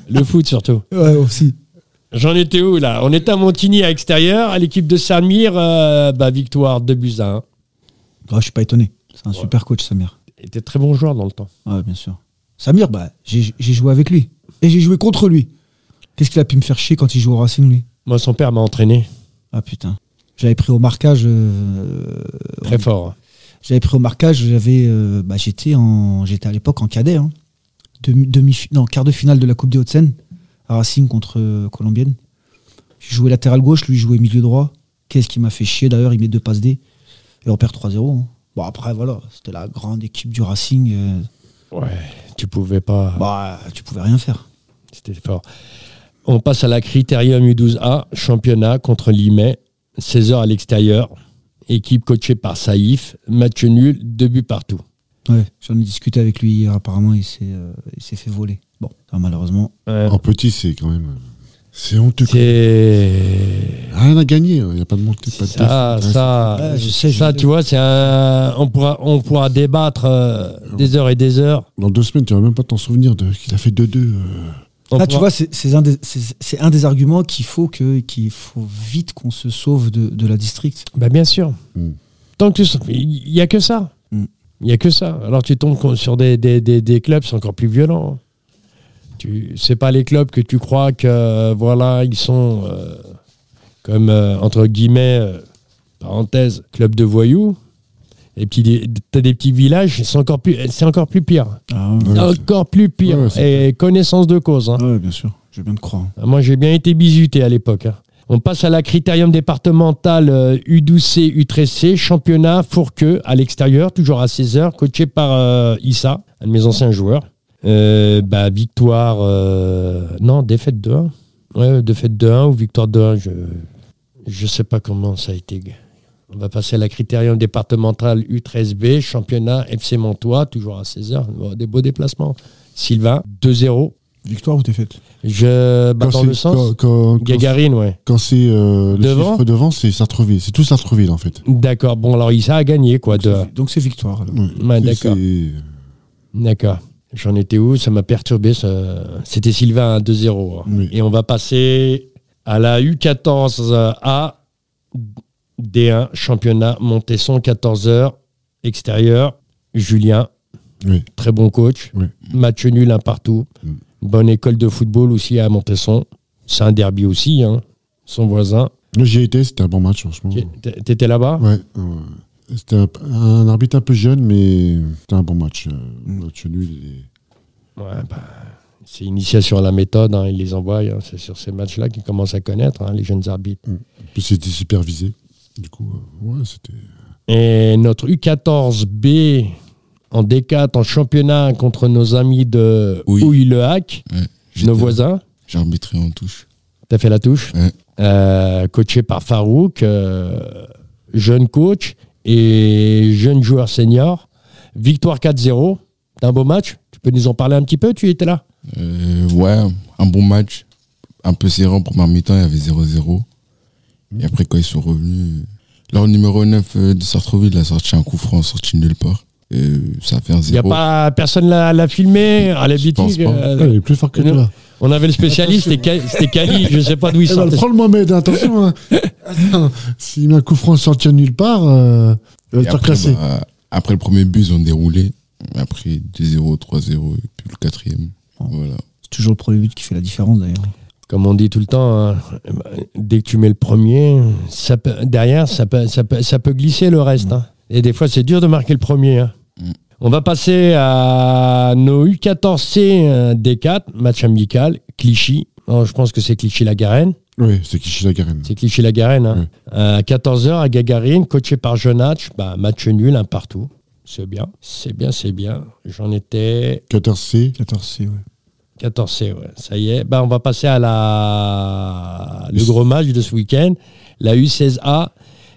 B: Le foot, surtout.
D: Ouais, aussi.
B: J'en étais où, là On était à Montigny, à extérieur. À l'équipe de Samir, bah, victoire 2 buts à 1.
D: Ah, je suis pas étonné. C'est un super coach, Samir.
B: Il était très bon joueur dans le temps.
D: Ouais, bien sûr. Samir, bah, j'ai j'ai joué avec lui. Et j'ai joué contre lui. Qu'est-ce qu'il a pu me faire chier quand il joue au Racing, lui
B: Moi, son père m'a entraîné
D: Ah putain. J'avais pris au marquage. euh,
B: très fort. hein.
D: j'avais pris au marquage. J'avais. euh, bah, j'étais en. J'étais à l'époque en cadet. hein. Demi, demi- non, quart de finale de la Coupe des Hauts-de-Seine. à Racing contre euh, Colombienne. J'ai joué latéral gauche. Lui jouait milieu droit. Qu'est-ce qui m'a fait chier d'ailleurs Il met deux passes D. Et on perd 3-0. hein. Bon après voilà, c'était la grande équipe du Racing. euh,
B: Ouais, tu pouvais pas...
D: bah tu pouvais rien faire.
B: C'était fort. On passe à la Critérium U12A, championnat contre Limay, 16h à l'extérieur. Équipe coachée par Saïf, match nul, deux buts partout.
D: Ouais, j'en ai discuté avec lui hier. Apparemment il s'est euh, il s'est fait voler. Bon, ah, malheureusement.
C: En petit, c'est quand même. C'est honteux. quoi.
B: C'est.
C: Rien à gagner. Il n'y a pas de manque. Pas Hein,
B: Ça,
C: de test. Ouais,
B: ça,
D: Ouais, je sais, je
B: ça
D: sais.
B: tu vois, c'est un. On pourra, on pourra débattre euh, des heures et des heures.
C: Dans deux semaines, tu vas même pas t'en souvenir de qu'il a fait 2-2. euh.
B: On
D: Ah, tu
B: pourra-
D: vois, c'est c'est un, des- c'est- c'est un des arguments qu'il faut, que, qu'il faut vite qu'on se sauve de, de la district.
B: Bah, bien sûr.
C: Mm.
B: Tant que tu. sens- Il n'y a que ça.
D: Mm.
B: Il n'y a que ça. Alors tu tombes con- sur des, des, des, des clubs, c'est encore plus violent. hein. Tu c'est pas les clubs que tu crois que euh, voilà ils sont euh, comme euh, entre guillemets euh, parenthèse club de voyous. Et puis des- t'as des petits villages, c'est encore plus c'est encore plus pire,
D: Ah,
C: Ouais,
B: encore plus pire.
C: Ouais,
B: Et connaissance de cause. hein.
D: ouais, bien sûr. Je veux bien te croire.
B: Ah, Moi, j'ai bien été bizuté à l'époque. hein. On passe à la critérium départementale euh, U12C, U13C, championnat Fourqueux à l'extérieur, toujours à 16h, coaché par euh, Issa, un de mes anciens joueurs. Euh, bah, victoire, euh, non, défaite 2-1. Ouais, défaite 2-1 ou victoire 2-1, je je sais pas comment ça a été. On va passer à la critérium départementale U13B, championnat FC Montois, toujours à 16h. Bon, des beaux déplacements. Sylvain, 2-0.
D: Victoire ou t'es faite
B: Je bats
C: Quand
B: dans
C: c'est-
B: le sens.
C: quand- quand- quand-
B: Gagarine, ouais.
C: quand c'est euh, le
B: Devant
C: chiffre devant, c'est Sartreville. C'est tout Sartreville en fait.
B: D'accord. Bon, alors Issa a gagné, quoi. De...
D: Donc c'est victoire. alors.
C: Ouais.
B: Ouais,
C: C'est-
B: d'accord.
C: c'est-
B: D'accord. J'en étais où Ça m'a perturbé. ça- C'était Sylvain à 2-0. hein.
C: Oui.
B: Et on va passer à la U14A D1, championnat Montesson, 14h, extérieur. Julien,
C: Oui.
B: très bon coach.
C: Oui.
B: Match nul, un partout.
C: Mm.
B: Bonne école de football aussi à Montesson. C'est un derby aussi, hein. son voisin.
C: Moi, J'y ai été, c'était un bon match franchement.
B: T'é- T'étais là-bas
C: Ouais, ouais. C'était un, un arbitre un peu jeune, mais c'était un bon match. euh, match nul. et-
B: Ouais, bah, c'est initiation à la méthode, hein, ils les envoient, hein, c'est sur ces matchs-là qu'ils commencent à connaître hein, les jeunes arbitres.
C: En plus, c'était supervisé. Du coup, euh, ouais, c'était.
B: Et notre U14B en D4 en championnat contre nos amis de
E: Oui.
B: Houille-le-Hac,
E: J'étais-
B: nos voisins.
E: J'ai arbitré en touche.
B: T'as fait la touche,
E: Ouais.
B: Euh, coaché par Farouk, euh, jeune coach et jeune joueur senior. Victoire 4-0, d'un beau match. Tu peux nous en parler un petit peu Tu étais là
E: Euh, ouais, un bon match. Un peu serré en première mi-temps, il y avait 0-0. Et après, quand ils sont revenus, leur numéro 9 euh, de Sartreville a sorti un coup franc, sorti nulle part. Et ça a fait un
B: Il n'y a
E: 0.
B: pas personne l'a l'a filmé à la
E: Je pense
B: BT,
E: pas.
B: euh,
C: Ah, il est plus fort que
B: nous-
C: toi.
B: On avait le spécialiste, c'était Ca- c'était Cali, je sais pas d'où il
C: Eh ben,
B: sortait.
C: prends le Mohamed, attention. hein. Attends, S'il met un coup franc sorti à nulle part, euh, il va
E: Et
C: te faire
E: après,
C: classer.
E: bah, après le premier but, ils ont déroulé. Après 2-0, 3-0, et puis le quatrième.
B: Ah.
D: Oh.
E: Voilà.
D: C'est toujours le premier but qui fait la différence d'ailleurs.
B: Comme on dit tout le temps, hein, dès que tu mets le premier, ça peut- derrière, ça peut, ça, peut, ça peut glisser le reste. hein. Et des fois, c'est dur de marquer le premier. hein.
E: Mm.
B: On va passer à nos U14C euh, D4, match amical, Clichy. Alors, je pense que c'est Clichy-la-Garenne.
C: Oui, c'est Kishi la Garenne.
B: C'est Clichy-la-Garenne. hein.
C: Mm.
B: À 14h à Gagarine, coaché par Jonatch. Bah, match nul, un partout. C'est bien, c'est bien, c'est bien. J'en étais
C: 14C.
D: 14C, ouais.
B: 14C, ouais, ça y est. Ben, on va passer à la... le gros match de ce week-end. La U16A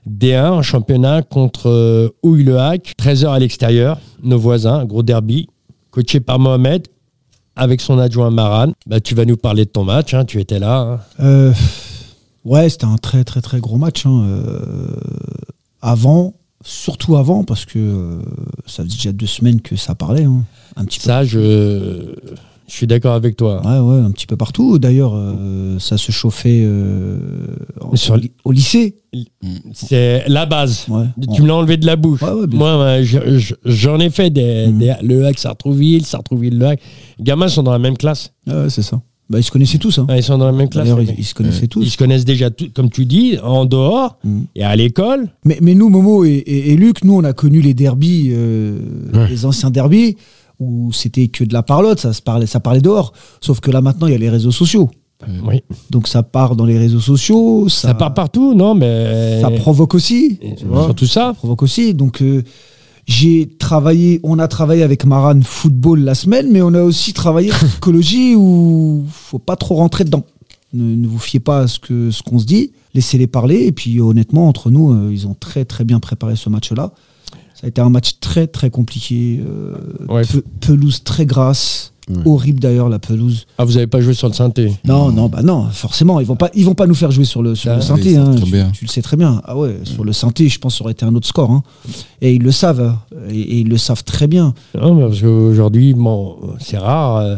B: D1 en championnat contre euh, Houille-le-Hac. 13h à l'extérieur, nos voisins, gros derby, coaché par Mohamed avec son adjoint Maran. Ben, tu vas nous parler de ton match, hein, tu étais là. hein.
D: Euh, ouais, c'était un très très très gros match. hein. Euh, avant, surtout avant, parce que euh, ça faisait déjà deux semaines que ça parlait. hein. Un petit peu.
B: Ça, je, je suis d'accord avec toi.
D: Ouais, ouais, un petit peu partout. D'ailleurs, euh, ça se chauffait euh, en-
B: Sur-
D: au lycée.
B: C'est la base.
D: Ouais.
B: Tu me l'as enlevé de la bouche.
D: Ouais, ouais, bien
B: Moi, ouais, je- je- j'en ai fait des,
D: Mhm.
B: des- le Hac Sartrouville, Sartrouville le Hac. Les gamins sont dans la même classe.
D: Ouais, c'est ça. Bah, ils se connaissaient tous. Hein.
B: Ouais, ils sont dans la même classe.
D: D'ailleurs,
B: les
D: ils,
B: mecs.
D: ils se connaissaient tous.
B: Ils se connaissent déjà, tout- comme tu dis, en dehors
D: Mm.
B: et à l'école.
D: Mais, mais nous, Momo et, et- et Luc, nous, on a connu les derbies, euh,
C: Ouais.
D: les anciens derbies, où c'était que de la parlotte, ça, se parlait, ça parlait dehors. Sauf que là, maintenant, il y a les réseaux sociaux.
B: Oui.
D: Donc ça part dans les réseaux sociaux, ça,
B: Ça part partout, non Mais
D: Ah. ça provoque aussi.
B: Et-
D: tu vois,
B: surtout ça.
D: provoque aussi. Donc euh, j'ai travaillé, on a travaillé avec Maran football la semaine, mais on a aussi travaillé psychologie où faut pas trop rentrer dedans. Ne, ne vous fiez pas à ce que ce qu'on se dit, laissez-les parler. Et puis honnêtement, entre nous, euh, ils ont très très bien préparé ce match-là. Ça a été un match très très compliqué, euh,
B: Ouais.
D: pe- pelouse très grasse,
C: Ouais.
D: horrible d'ailleurs la pelouse.
B: Ah, vous n'avez pas joué sur le synthé.
D: Non, non, bah non, forcément, ils vont pas, ils vont pas nous faire jouer sur le, sur
B: Ah,
D: le synthé.
E: ils
D: hein,
E: savent très
D: tu,
E: bien.
D: tu le sais très bien. Ah ouais, sur le synthé, je pense que ça aurait été un autre score. hein. Et ils le savent, hein, et, et ils le savent très bien.
B: Non, mais parce qu'aujourd'hui, bon, c'est rare. euh,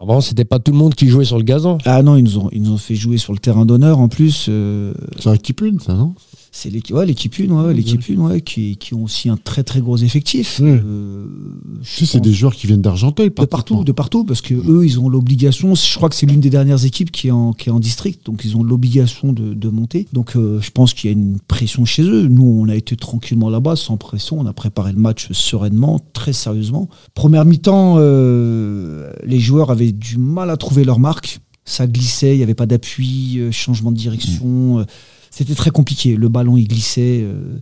B: Avant, c'était pas tout le monde qui jouait sur le gazon.
D: Ah non, ils nous ont, ils nous ont fait jouer sur le terrain d'honneur en plus. euh,
C: C'est un Kipun, ça, non
D: c'est l'équipe, ouais, l'équipe une, ouais, l'équipe une, ouais, qui, qui ont aussi un très très gros effectif.
C: Ouais.
D: Euh, je
C: Tu sais, c'est
D: pense-
C: des joueurs qui viennent d'Argenteuil.
D: de partout,
C: pratiquement.
D: de partout, parce que eux, ils ont l'obligation. Je crois que c'est l'une des dernières équipes qui est en, qui est en district, donc ils ont l'obligation de, de monter. Donc, euh, je pense qu'il y a une pression chez eux. Nous, on a été tranquillement là-bas, sans pression. On a préparé le match sereinement, très sérieusement. Première mi-temps, euh, les joueurs avaient du mal à trouver leur marque. ça glissait, il n'y avait pas d'appui, euh, changement de direction. euh, c'était très compliqué. Le ballon, il glissait. euh.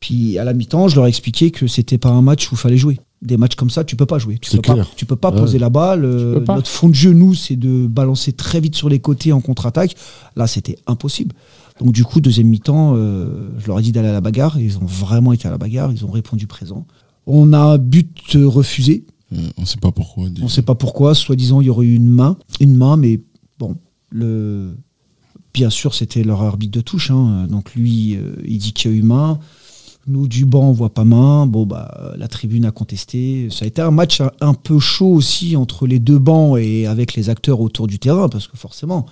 D: puis à la mi-temps, je leur ai expliqué que c'était pas un match où il fallait jouer. Des matchs comme ça, tu peux pas jouer. Tu
C: C'est
D: peux pas,
C: clair.
D: tu peux pas
C: Ouais.
D: poser la balle. euh,
B: peux pas.
D: notre fond de jeu, nous, c'est de balancer très vite sur les côtés en contre-attaque. Là, c'était impossible. Donc du coup, deuxième mi-temps, euh, je leur ai dit d'aller à la bagarre. Ils ont vraiment été à la bagarre. Ils ont répondu présent. On a un but euh, refusé.
E: Euh, on sait pas pourquoi.
D: On ne sait pas pourquoi, soi-disant, il y aurait eu une main, une main, mais bon, le... bien sûr, c'était leur arbitre de touche. hein. Donc lui, euh, il dit qu'il y a eu main. Nous, du banc, on voit pas main. Bon, bah, euh, la tribune a contesté. Ça a été un match un, un peu chaud aussi entre les deux bancs et avec les acteurs autour du terrain, parce que forcément,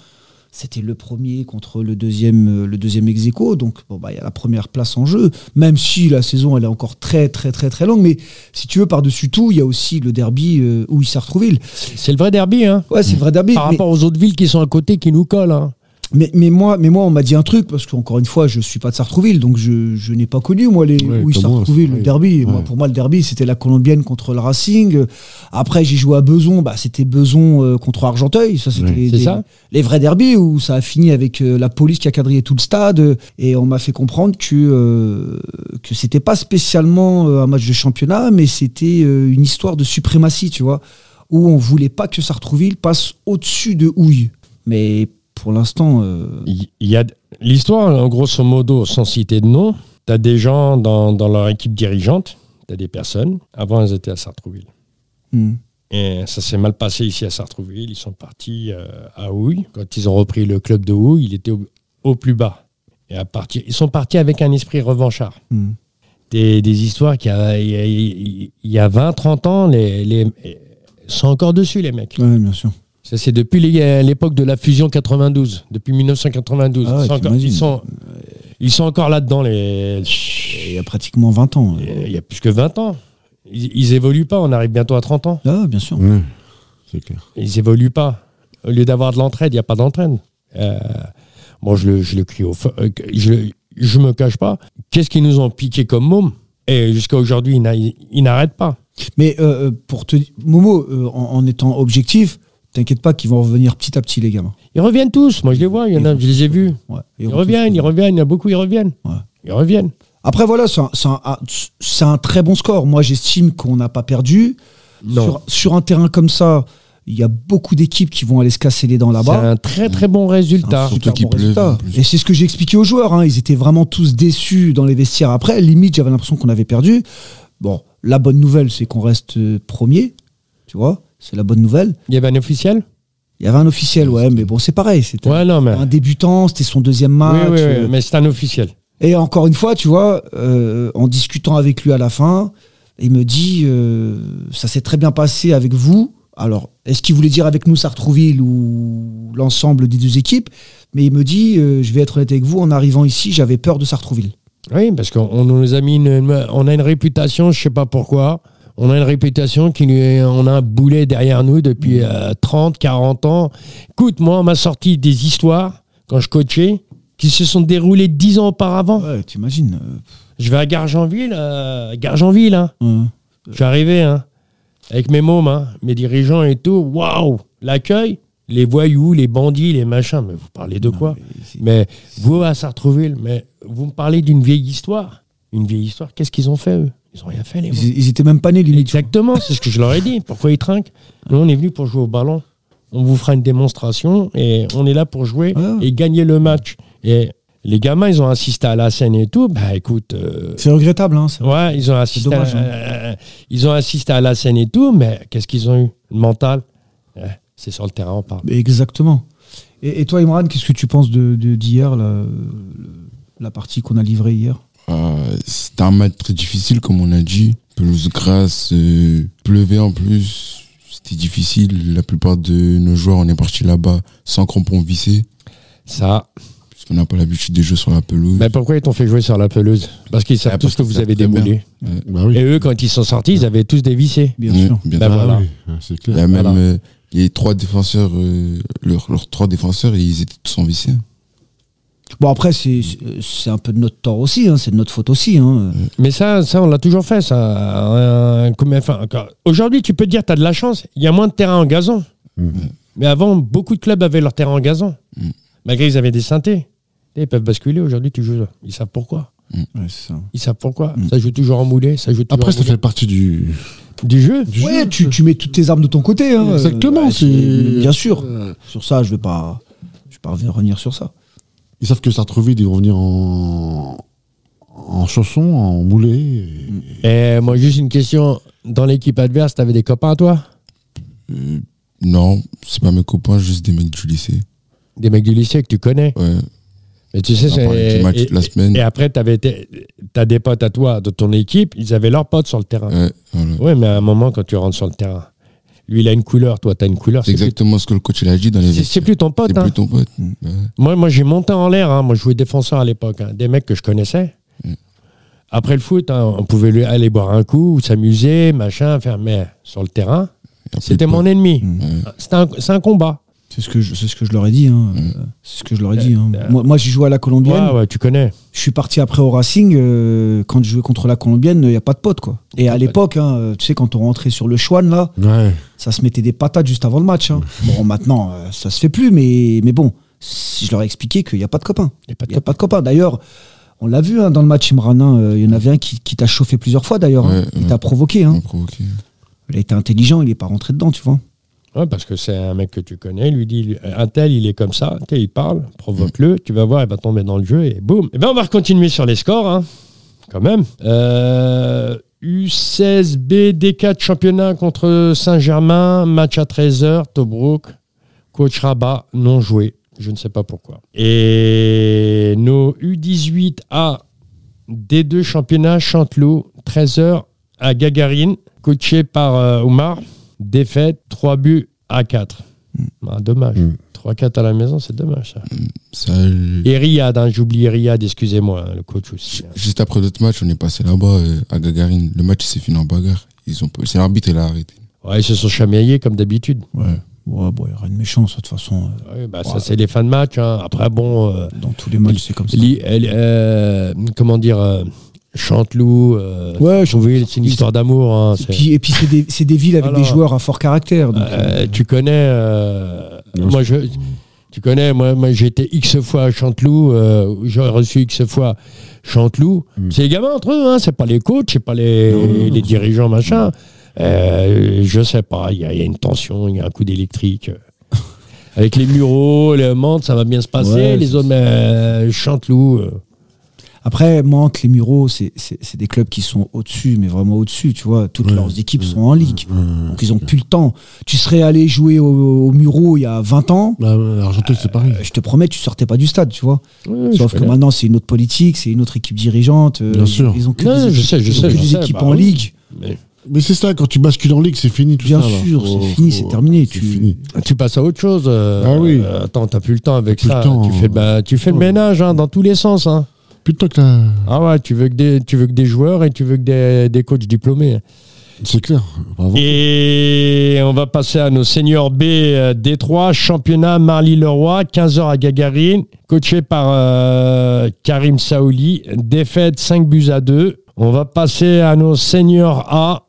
D: c'était le premier contre le deuxième, euh, le deuxième ex aequo. Donc, bon, bah, il y a la première place en jeu, même si la saison, elle est encore très, très, très, très longue. Mais si tu veux, par-dessus tout, il y a aussi le derby euh, où il s'est retrouvé.
B: C'est le vrai derby, hein.
D: Ouais, c'est le vrai derby.
B: Par
D: mais,
B: rapport aux autres villes qui sont à côté qui nous collent, hein.
D: mais, mais moi, mais moi, on m'a dit un truc, parce qu'encore une fois, je suis pas de Sartrouville, donc je, je n'ai pas connu, moi, les,
C: Ouais,
D: où il s'est
C: comme moi,
D: retrouvé,
C: c'est
D: le
C: vrai.
D: derby. Et Moi,
C: Ouais.
D: pour moi, le derby, c'était la Colombienne contre le Racing. Euh, Après, j'ai joué à Beson, bah, c'était Beson euh, contre Argenteuil. Ça, c'était
C: Ouais.
D: les,
B: C'est
D: les-
B: ça
D: les vrais derbys où ça a fini avec euh, la police qui a quadrillé tout le stade. euh, Et on m'a fait comprendre que, euh, que c'était pas spécialement euh, un match de championnat, mais c'était euh, une histoire de suprématie, tu vois, où on voulait pas que Sartrouville passe au-dessus de Houille. Mais pour l'instant, euh,
B: Il il y a l'histoire, en grosso modo, sans citer de nom, tu as des gens dans, dans leur équipe dirigeante, tu as des personnes. Avant, elles étaient à Sartrouville.
D: hmm.
B: Et ça s'est mal passé ici à Sartrouville. Ils sont partis euh, à Houille. Quand ils ont repris le club de Houille, il était au, au plus bas. Et à partir, ils sont partis avec un esprit revanchard.
D: Hmm.
B: Des, des histoires qu'il y a, il y a- il y a 20-30 ans, les, les, sont encore dessus, les mecs.
D: Ouais, bien sûr.
B: Ça, c'est depuis les- l'époque de la fusion 92, depuis 1992.
D: Ah ouais,
B: ils, sont encore,
D: t'imagines.
B: ils sont- ils sont encore là-dedans, les.
D: Il y a pratiquement 20 ans. euh.
B: Il y a plus que 20 ans. Ils, ils évoluent pas, on arrive bientôt à 30 ans.
D: Ah, bien sûr.
C: Ouais, c'est clair.
B: Ils évoluent pas. Au lieu d'avoir de l'entraide, il n'y a pas d'entraide. Euh, moi, je le, je le crie au feu. euh, que- Je, le- je me cache pas. Qu'est-ce qu'ils nous ont piqué comme môme Et jusqu'à aujourd'hui, ils n'a- ils n'arrêtent pas.
D: Mais euh, euh, pour te dire, Momo, euh, en, en étant objectif, t'inquiète pas qu'ils vont revenir petit à petit, les gamins.
B: Ils reviennent tous. Moi, je les vois. Il y en a, je les ai vus.
D: Ouais. Et
B: Ils
D: on-
B: reviennent, ils reviennent. Il y en a beaucoup, ils reviennent.
D: Ouais.
B: Ils reviennent.
D: Après, voilà, c'est un, c'est un- un- c'est un très bon score. Moi, j'estime qu'on n'a pas perdu.
B: Non.
D: Sur, sur un terrain comme ça, il y a beaucoup d'équipes qui vont aller se casser les dents
B: C'est
D: là-bas.
B: un très très bon résultat.
D: C'est un super
E: qu'il
D: bon
E: pleuve,
D: résultat.
E: en plus.
D: Et c'est ce que j'ai expliqué aux joueurs. hein. Ils étaient vraiment tous déçus dans les vestiaires après. Limite, j'avais l'impression qu'on avait perdu. Bon, la bonne nouvelle, c'est qu'on reste euh, premier. Tu vois, c'est la bonne nouvelle.
B: Il y avait un officiel
D: Il y avait un officiel, ouais, mais bon, c'est pareil. C'était
B: Ouais, non, mais.
D: un débutant, c'était son deuxième
B: Oui,
D: match.
B: oui, oui,
D: euh,
B: mais c'est un officiel.
D: et encore une fois, tu vois, euh, en discutant avec lui à la fin, il me dit euh, ça s'est très bien passé avec vous. Alors, est-ce qu'il voulait dire avec nous Sartrouville ou l'ensemble des deux équipes Mais il me dit euh, je vais être honnête avec vous, en arrivant ici, j'avais peur de Sartrouville.
B: Oui, parce qu'on on nous a mis une, une- on a une réputation, je sais pas pourquoi. On a une réputation qui lui est- on a un boulet derrière nous depuis euh, 30, 40 ans. Écoute, moi, on m'a sorti des histoires quand je coachais qui se sont déroulées 10 ans auparavant.
D: Ouais, t'imagines
B: Je vais à Gargenville, euh, Gargenville, hein. Je suis arrivé, hein, avec mes mômes, hein, mes dirigeants et tout. Waouh, l'accueil, les voyous, les bandits, les machins. Mais vous parlez de quoi Mais vous à Sartrouville, mais vous me parlez d'une vieille histoire. Une vieille histoire, qu'est-ce qu'ils ont fait eux Ils ont rien fait les mecs.
D: ils, ils étaient même pas nés, limite.
B: Exactement, c'est ce que je leur ai dit. Pourquoi ils trinquent Nous on est venus pour jouer au ballon. On vous fera une démonstration et on est là pour jouer
D: Ah.
B: et gagner le match. Et les gamins, ils ont assisté à la scène et tout. Bah écoute, euh,
D: C'est regrettable, hein. c'est-
B: ouais, ils ont assisté,
D: dommage,
B: à,
D: hein.
B: euh, ils ont assisté à la scène et tout, mais qu'est-ce qu'ils ont eu Le mental Eh, C'est sur le terrain, on parle.
D: Mais Exactement. Et, et toi, Imran, qu'est-ce que tu penses de de- d'hier, la, euh, la partie qu'on a livrée hier
E: Euh, C'était un match très difficile, comme on a dit. Pelouse grasse, euh, pleuvait en plus. C'était difficile. La plupart de nos joueurs, on est partis là-bas sans crampons vissés,
B: Ça.
E: puisqu'on n'a pas l'habitude de jouer sur la pelouse.
B: Mais pourquoi ils t'ont fait jouer sur la pelouse Parce qu'ils savent
E: Ah,
B: tout
E: parce
B: ce que
E: qu'ils
B: vous
E: savent
B: avez
E: très bien.
B: démoulé.
C: Bah oui.
B: Et eux, quand ils sont sortis, ils avaient tous des vissés.
D: Bien
E: Oui,
D: sûr.
E: Euh, Mm, bien
B: Bah
E: sûr.
B: voilà.
C: oui, ah, c'est
E: Il y
C: clair.
E: a même
B: Voilà.
E: euh, les trois défenseurs, euh, leurs leurs trois défenseurs, ils étaient tous en vissés.
D: Bon, après, c'est- c'est c'est un peu de notre tort aussi, hein, c'est de notre faute aussi. Hein.
B: Mais ça, ça on l'a toujours fait. Ça. Un- comme- enfin, encore- Aujourd'hui, tu peux te dire, tu as de la chance. Il y a moins de terrain en gazon. Mais avant, beaucoup de clubs avaient leur terrain en gazon.
E: Mm-hmm. Mm.
B: Malgré qu'ils avaient des synthés. Là, ils peuvent basculer. Aujourd'hui, tu joues. Ils savent pourquoi.
D: Ouais, c'est ça.
B: Ils savent pourquoi.
E: Hmm.
D: Mm.
B: Ça joue toujours en moulé. Ça joue toujours
C: Après,
B: en
C: ça fait partie du.
B: moulé. du jeu.
C: du
D: Ouais,
C: jeu.
D: tu, tu mets toutes tes armes de ton côté. hein.
C: Exactement,
D: Ouais,
C: c'est-
D: Bien sûr.
C: Euh,
D: Sur ça, je vais pas, je vais pas revenir, revenir sur ça.
C: Ils savent que Sartreville, ils vont venir en. En chausson, en boulet. et-
B: Et moi, juste une question. Dans l'équipe adverse, t'avais des copains, toi
E: Euh, non, c'est pas mes copains, juste des mecs du lycée.
B: Des mecs du lycée que tu connais.
E: Ouais,
B: Mais tu sais,
E: on parlait
B: c'est.
E: du match
B: et-
E: toute la semaine.
B: Et après, t'avais été- t'as des potes à toi de ton équipe, ils avaient leurs potes sur le terrain.
E: Ouais, voilà.
B: Ouais, mais à un moment, quand tu rentres sur le terrain, lui, il a une couleur, toi, t'as une couleur.
E: C'est
B: C'est plus,
E: exactement ce que le coach il a dit dans les
B: c'est- c'est
E: vestiaires.
B: plus ton
E: C'est
B: pote. hein.
E: plus ton pote. Ouais.
B: Moi, moi j'ai monté en l'air. hein. Moi, je jouais défenseur à l'époque. hein. Des mecs que je connaissais.
E: Mm.
B: Après le foot, hein, on pouvait lui- aller boire un coup, ou s'amuser, machin, faire. Mais sur le terrain,
E: Y a plus
B: c'était
E: de
B: mon
E: potes.
B: ennemi.
D: Mm.
E: Ouais.
B: C'est un, c'est un combat.
D: C'est ce que je, c'est ce que je leur ai dit. hein.
E: Mm.
D: Euh, C'est ce que je leur ai dit. hein.
B: euh,
D: Moi, moi j'ai joué à la Colombienne.
B: Ouais, ouais, tu connais.
D: Je suis parti après au Racing. euh, quand je jouais contre la Colombienne, il n'y a pas de pote quoi. Et à l'époque, hein, euh, tu sais, quand on rentrait sur le Chouan, là,
C: Ouais.
D: ça se mettait des patates juste avant le match. hein. Bon, maintenant, euh, ça se fait plus, mais, mais bon, si je leur ai expliqué qu'il n'y a pas de copains.
B: Y a pas de
D: Il n'y a pas de copains. D'ailleurs, on l'a vu hein, dans le match Imranin, euh, il y en avait un qui, qui t'a chauffé plusieurs fois d'ailleurs. hein.
E: Ouais,
D: Il
E: ouais.
D: t'a provoqué.
E: On
D: Hein.
E: m'a provoqué.
D: Il a été intelligent, il n'est pas rentré dedans, tu vois.
B: Ouais, Hein, parce que c'est un mec que tu connais, lui dit un tel, il est comme ça, tu sais, il parle, provoque-le, tu vas voir, il va tomber dans le jeu et boum. Et ben on va continuer sur les scores, hein, quand même. Euh, U16B D4 championnat contre Saint-Germain, match à 13h, Tobruk, coach Rabat, non joué, je ne sais pas pourquoi. Et nos U18A D2 championnat Chanteloup, 13h à Gagarine, coaché par euh, Oumar. Défaite, 3 buts à 4. dommage.
D: Hmm.
C: Mm.
B: 3-4 à la maison, c'est dommage ça.
E: Ça, euh,
B: Et Riyad, hein, j'oublie Riyad, excusez-moi, hein, le coach aussi. hein.
E: Juste après l'autre match, on est passé là-bas euh, à Gagarine. Le match il s'est fini en bagarre. Ils ont... pas- C'est l'arbitre, il a arrêté.
B: Ouais, ils se sont chamaillés comme d'habitude.
D: Ouais. Ouais, bon, il n'y a rien de méchant, ça, de toute façon. euh,
B: Ouais, bah,
D: Ouais.
B: Ça, c'est les fins de match. hein. Après, bon, euh,
D: dans tous les matchs, c'est comme ça.
B: li- elle- euh, comment dire, euh, Chanteloup, euh,
D: Ouais,
B: Trouville, c'est une histoire d'amour. hein,
D: Et
B: c'est-
D: puis, et puis c'est des, c'est des villes avec
B: Alors,
D: des joueurs à fort caractère. donc,
B: Euh,
D: euh,
B: tu connais, euh,
C: Non,
B: moi je, tu connais, moi, moi j'ai été x fois à Chanteloup, euh, j'ai reçu x fois Chanteloup.
D: Hmm.
C: Mm.
B: C'est les gamins entre eux, hein, c'est pas les coachs, c'est pas les, les dirigeants machin. Euh, je sais pas, il y, a- il y a une tension, il y a un coup d'électrique. Avec les mureaux, les Mantes, ça va bien se passer.
D: Ouais,
B: les
D: c'est-
B: hommes euh, Chanteloup. euh.
D: Après, Mantes, les Mureaux, c'est- c'est c'est des clubs qui sont au-dessus, mais vraiment au-dessus, tu vois. Toutes
C: Ouais.
D: leurs équipes sont en ligue.
C: Euh,
D: Donc ils ont plus le temps. Tu serais allé jouer au, au Mureaux il y a 20 ans,
C: bah, Argenteuil, c'est pareil.
D: euh, je te promets, tu sortais pas du stade, tu vois.
B: Ouais,
D: Sauf
B: je
D: que
B: connais.
D: maintenant, c'est une autre politique, c'est une autre équipe dirigeante. euh,
C: Bien
D: ils-
C: sûr.
D: Ils ont que
B: Non,
D: des,
B: je sais, je
D: ils ont
B: sais,
D: que
B: je
D: des
B: sais,
D: équipes
B: bah
D: en
B: oui.
D: ligue.
B: Mais
C: Mais c'est ça, quand tu bascules en ligue, c'est fini tout
D: Bien
C: ça. là.
D: sûr,
C: Faut-
D: c'est fini,
C: faut-
D: c'est terminé.
C: C'est
D: Tu-
C: fini.
B: tu passes à autre chose. euh,
C: Ah oui.
B: euh, attends, t'as plus le temps avec
C: Plus le
B: ça.
C: temps.
B: Tu fais, bah, tu fais le
C: Ouais.
B: ménage hein, dans tous les sens. hein.
C: Putain que là,
B: Ah ouais, tu veux que des, tu veux que des joueurs et tu veux que des, des coachs diplômés. hein.
C: c'est clair. Bravo.
B: Et on va passer à nos seniors B euh, D3, championnat Marly-Leroy, 15h à Gagarine, coaché par euh, Karim Saouli, défaite 5 buts à 2. On va passer à nos seniors A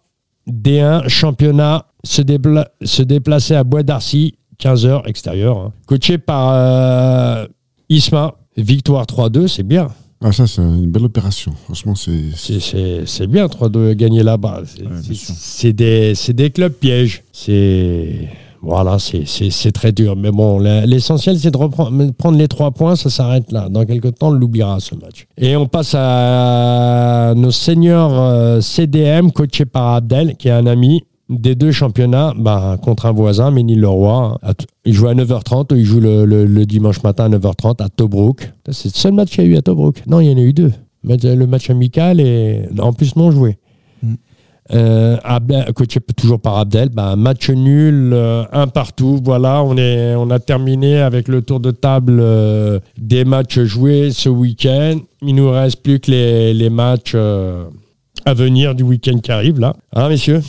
B: D1, championnat, se, dépla- se déplacer à Bois d'Arcy, 15h extérieur, hein. coaché par euh, Isma, victoire 3-2, c'est bien.
C: Ah ça, c'est une belle opération. Franchement, c'est
B: C'est- C'est c'est bien 3-2 gagner là-bas. C'est- c'est- C'est des, c'est des clubs pièges. C'est. Voilà, c'est- c'est c'est très dur. Mais bon, la- l'essentiel, c'est de reprendre, prendre les trois points, ça s'arrête là. Dans quelques temps, on l'oubliera, ce match. Et on passe à nos seniors euh, CDM, coachés par Abdel, qui est un ami des deux championnats, bah, contre un voisin, Ménil-le-Roi. À t- Il joue à 9h30, il joue le, le- le dimanche matin à 9h30 à Tobruk. Ça, C'est le seul match qu'il y a eu à Tobruk. Non, il y en a eu deux. Match- Le match amical et en plus non joué.
D: Mm.
B: Euh, Abdel- coaché toujours par Abdel, bah, match nul, euh, un partout. Voilà, on, est, on a terminé avec le tour de table euh, des matchs joués ce week-end. Il nous reste plus que les, les matchs euh, à venir du week-end qui arrive là. Hein, messieurs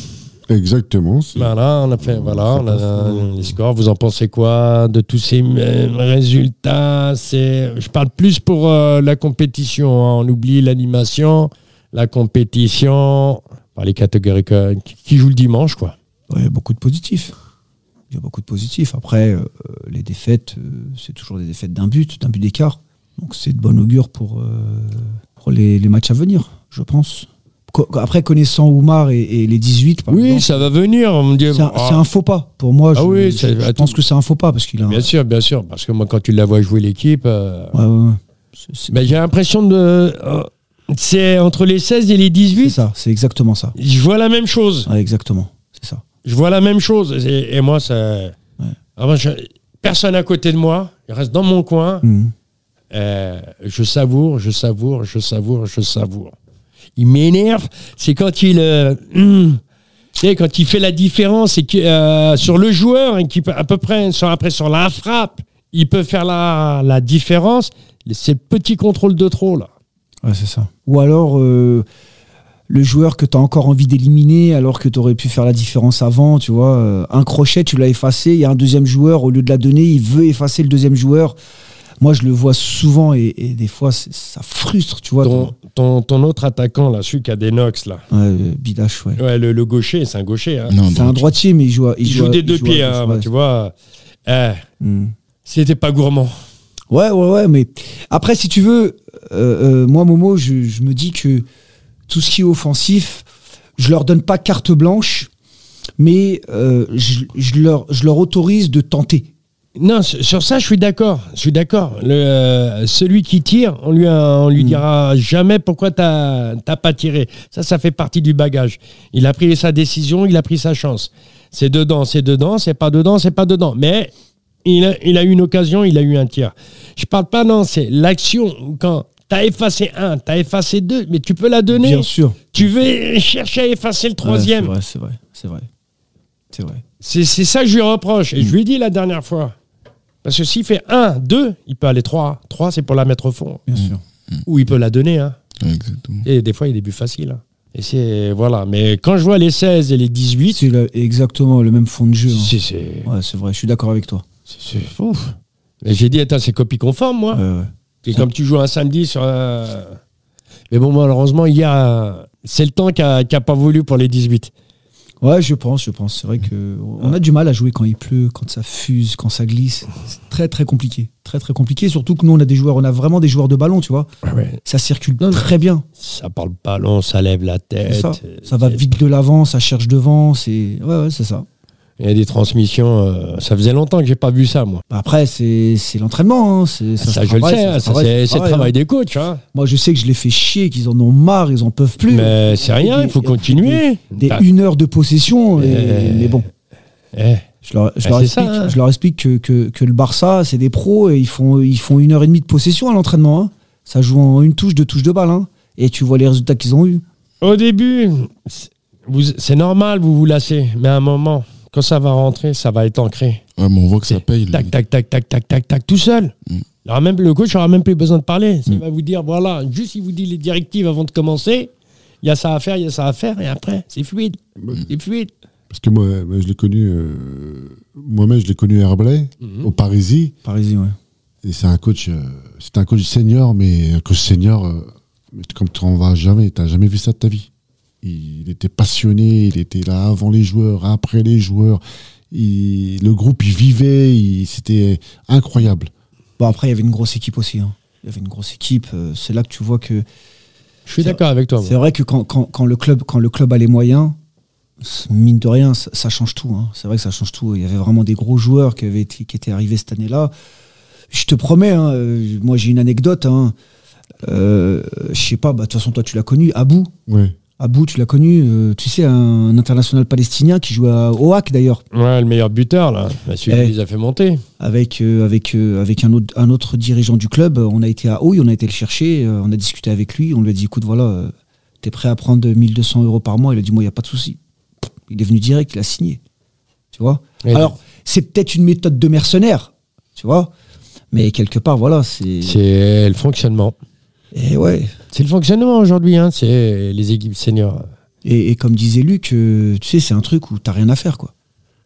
C: exactement. c'est-
B: voilà, on a fait,
C: On
B: voilà,
C: fait
B: on
C: pas
B: a
C: ça.
B: les scores. Vous en pensez quoi de tous ces euh, résultats C'est, je parle plus pour euh, la compétition. hein. On oublie l'animation, la compétition, par les catégories que- qui jouent le dimanche, quoi.
D: Ouais, beaucoup de positifs. Il y a beaucoup de positifs. Après, euh, les défaites, euh, c'est toujours des défaites d'un but, d'un but d'écart. Donc c'est de bon augure pour, euh, pour les, les matchs à venir, je pense. Co- après, connaissant Oumar et, et les 18, par
B: Oui,
D: exemple,
B: ça va venir. On me dit,
D: c'est un,
B: ah,
D: c'est un faux pas. Pour moi, je,
B: Ah oui,
D: je-
B: c'est-
D: je
B: attends.
D: pense que c'est un faux pas parce qu'il a. un-
B: Bien sûr, bien sûr. Parce que moi, quand tu la vois jouer l'équipe, euh,
D: Ouais, ouais, ouais. C'est- c'est-
B: ben, j'ai l'impression de. euh, c'est entre les 16 et les
D: c'est
B: 18.
D: ça, c'est exactement ça.
B: Je vois la même chose.
D: Ouais, exactement, c'est ça.
B: Je vois la même chose. Et, et moi, ça. Ah, moi, je- personne à côté de moi. Je reste dans mon coin.
D: Mhm.
B: Euh, je savoure, je savoure, je savoure, je savoure. Il m'énerve, c'est quand il, euh, hum, tu sais, quand il fait la différence et que, euh, sur le joueur et qui peut- à peu près sur, après sur la frappe, il peut faire la, la différence. Ces petits contrôles de trop là.
D: Ouais, c'est ça. Ou alors euh, le joueur que tu as encore envie d'éliminer alors que tu aurais pu faire la différence avant, tu vois. euh, un crochet, tu l'as effacé, il y a un deuxième joueur, au lieu de la donner, il veut effacer le deuxième joueur. Moi, je le vois souvent et, et des fois, c'est- ça frustre, tu vois.
B: Ton, ton, ton autre attaquant là, celui qui a des nox là,
D: Ouais, euh, Bidache, ouais.
B: ouais, le, le gaucher, c'est un gaucher. hein.
E: Non,
D: C'est un
E: droitier.
D: droitier, mais il joue, à-
B: Il, joue
D: à-
B: des
D: il
B: deux
D: joue à
B: pieds,
D: gauche,
B: hein,
D: ouais.
B: tu vois. Eh,
D: Mm.
B: C'était pas gourmand.
D: Ouais, ouais, ouais, mais après, si tu veux, euh, euh, moi, Momo, je, je me dis que tout ce qui est offensif, je leur donne pas carte blanche, mais euh, je, je leur, je leur autorise de tenter.
B: Non, sur sur ça, je suis d'accord. Je suis d'accord. Le, euh, celui qui tire, on lui, a- on lui
D: Mm.
B: dira jamais pourquoi t'as t'as pas tiré. Ça, ça fait partie du bagage. Il a pris sa décision, il a pris sa chance. C'est dedans, c'est dedans, c'est pas dedans, c'est pas dedans. Mais il a, il a eu une occasion, il a eu un tir. Je parle pas, non, c'est l'action. Quand t'as effacé un, t'as effacé deux, mais tu peux la donner.
D: Bien sûr.
B: Tu veux chercher à effacer le troisième.
D: Ouais, c'est vrai, c'est vrai, c'est vrai. C'est vrai.
B: C'est c'est ça que je lui reproche. Et je lui ai dit la dernière fois. Parce que s'il fait 1, 2, il peut aller 3. 3, c'est pour la mettre au fond.
D: Bien sûr.
B: Ou il peut la donner. hein.
E: Ouais, exactement.
B: Et des fois, il y a des buts faciles. hein. Et c'est. Voilà. Mais quand je vois les 16 et les 18,
D: C'est le- exactement le même fond de jeu. hein.
B: c'est. c'est-
D: Ouais, c'est vrai, je suis d'accord avec toi.
B: C'est ouf. Mais j'ai dit, attends, c'est copie conforme, moi.
D: Ouais, ouais.
B: C'est comme tu joues un samedi sur un. Mais bon, malheureusement, il y a. C'est le temps qui a, qui a pas voulu pour les 18.
D: Ouais, je pense, je pense. C'est vrai que on a du mal à jouer quand il pleut, quand ça fuse, quand ça glisse. C'est très très compliqué, très très compliqué. Surtout que nous on a des joueurs, on a vraiment des joueurs de ballon, tu vois. Ça circule très bien.
B: Ça parle pas long, ça lève la
D: C'est
B: tête.
D: ça. Ça va vite de l'avant, ça cherche devant. C'est ouais, ouais, c'est ça.
B: Il y a des transmissions. euh, ça faisait longtemps que j'ai pas vu ça, moi.
D: Bah Après, c'est c'est l'entraînement. hein. C'est-
B: Ça,
D: se
B: je le
D: travaille,
B: sais,
D: ça
B: hein,
D: se
B: ça,
D: travaille,
B: c'est
D: ça
B: c'est le
D: travaille,
B: travail
D: hein.
B: des coachs. hein.
D: Moi, je sais que je les fais chier, qu'ils en ont marre, ils en peuvent plus.
B: Mais c'est rien, il faut
D: Des-
B: continuer.
D: Des
B: Bah,
D: une heure de possession, et-
B: Euh,
D: mais bon.
B: eh,
D: Je leur, je
B: Bah,
D: leur
B: c'est
D: explique,
B: ça, hein.
D: je leur explique que, que, que le Barça, c'est des pros et ils font, ils font une heure et demie de possession à l'entraînement. hein. Ça joue en une touche, deux touches de balle. hein. Et tu vois les résultats qu'ils ont eus.
B: Au début, c'est- vous- c'est normal, vous vous lassez, mais à un moment, quand ça va rentrer, ça va être ancré.
E: Ouais, mais on voit que ça paye. le-
B: Tac, tac, tac, tac, tac, tac, tac, tout seul.
E: Mm.
B: Il aura même, le coach n'aura même plus besoin de parler. Il
E: Mm.
B: va vous dire, voilà, juste il vous dit les directives avant de commencer. Il y a ça à faire, il y a ça à faire, et après, c'est fluide. C'est fluide.
C: Parce que moi, moi, je l'ai connu, euh, moi-même, je l'ai connu à Herblay,
D: Mhm.
C: au Parisis.
D: Parisien, ouais.
C: Et c'est un coach, euh, c'est un coach senior, mais un coach senior, euh, mais comme tu n'en vas jamais, tu n'as jamais vu ça de ta vie. Il était passionné, il était là avant les joueurs, après les joueurs. Il- le groupe, il vivait, il- c'était incroyable.
D: Bon, après, il y avait une grosse équipe aussi. hein. Il y avait une grosse équipe. euh, C'est là que tu vois que.
B: Je suis
D: C'est-
B: d'accord avec toi. moi.
D: C'est vrai que quand, quand, quand le club, quand le club a les moyens, c'est- mine de rien, ça, ça change tout. hein. C'est vrai que ça change tout. Il y avait vraiment des gros joueurs qui, avaient été- qui étaient arrivés cette année-là. Je te promets, hein, euh, moi j'ai une anecdote. Hein. Euh, je sais pas, bah, de toute façon, toi tu l'as connu, Abou.
C: Ouais.
D: Abou, tu l'as connu, euh, tu sais, un international palestinien qui joue à OAC d'ailleurs,
B: Ouais, le meilleur buteur, là, celui
D: Eh.
B: qui les a fait monter.
D: avec, euh, avec, euh, avec un, autre, un autre dirigeant du club. On a été à Houille, on a été le chercher, euh, on a discuté avec lui, on lui a dit écoute, voilà, euh, t'es prêt à prendre 1200 euros par mois Il a dit moi, il n'y a pas de souci. Il est venu direct, il a signé. Tu vois
B: Et-
D: Alors, c'est peut-être une méthode de mercenaire, tu vois Mais quelque part, voilà, c'est.
B: c'est le fonctionnement.
D: Et ouais.
B: C'est le fonctionnement aujourd'hui, hein, c'est les équipes seniors.
D: Et, et comme disait Luc, euh, tu sais, c'est un truc où t'as rien à faire, quoi.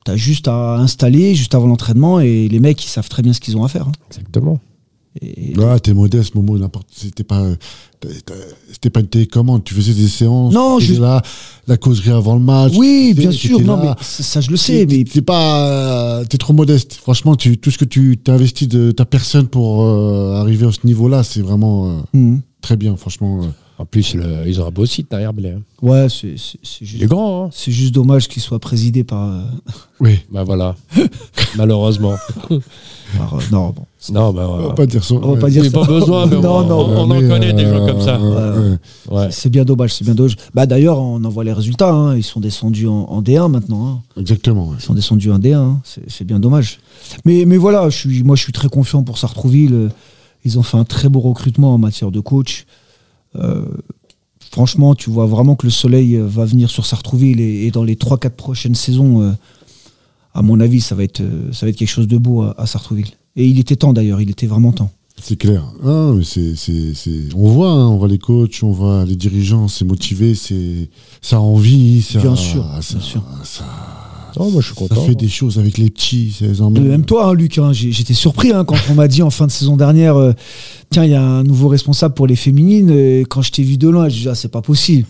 D: T'as juste à installer, juste avant l'entraînement, et les mecs, ils savent très bien ce qu'ils ont à faire. hein.
B: Exactement.
D: Et- et-
C: Là, Ah, t'es modeste, Momo, n'importe. C'était pas, t'as- t'as- c'était pas une télécommande. Tu faisais des séances.
D: Non,
C: t'étais
D: je-
C: là, la causerie avant le match.
D: oui,
C: t'étais-
D: bien
C: t'étais
D: sûr. Non,
C: là.
D: mais ça, ça, je le sais. Mais
C: T'es- t'es pas, euh, t'es trop modeste. Franchement, tu, tout ce que tu t'as investi de ta personne pour euh, arriver à ce niveau-là, c'est vraiment euh,
D: Mhm.
C: très bien. Franchement, euh.
B: En plus, le- ils ont un beau site derrière Blé. hein.
D: ouais, c'est c'est- c'est
B: Il est
D: juste,
B: grand, hein
D: c'est juste dommage qu'il soit présidé par. euh,
C: oui.
B: Bah voilà. Malheureusement.
D: par, euh, non, bon.
B: Non, bah
C: On va
B: voilà.
C: pas dire ça.
D: On va
C: ouais.
D: pas dire
B: Oui,
D: ça.
B: pas besoin, mais
D: Non,
B: on-
D: non.
B: on- en
C: Mais, euh,
B: connaît des gens comme ça.
C: ouais, ouais.
B: Ouais.
D: C'est bien dommage, c'est bien dommage. Bah d'ailleurs, on en voit les résultats. hein. Ils sont descendus en, en D1 maintenant. hein.
C: Exactement. ouais.
D: Ils sont descendus en D1. hein. C'est c'est bien dommage. Mais, mais voilà, je suis, moi je suis très confiant pour Sartrouville. Euh, Ils ont fait un très beau recrutement en matière de coach. Euh, franchement, tu vois vraiment que le soleil euh, va venir sur Sartrouville et, et dans les 3-4 prochaines saisons, euh, à mon avis, ça va être, euh, ça va être quelque chose de beau à, à Sartrouville. Et il était temps d'ailleurs, il était vraiment temps.
C: C'est clair. Ah, mais c'est, c'est, c'est- On voit, hein, on voit les coachs, on voit les dirigeants, c'est motivé, c'est... ça a envie. Ça,
D: Bien sûr,
C: ça-
D: bien sûr.
C: Ça,
B: Oh, moi, je suis
C: ça
B: content.
C: fait des choses avec les petits. Ça les emmène.
D: Euh, Même toi, hein, Luc, hein, j'ai- j'étais surpris hein, quand on m'a dit en fin de saison dernière, euh, tiens, il y a un nouveau responsable pour les féminines. euh, quand je t'ai vu de loin, j'ai dit, ah, c'est pas possible.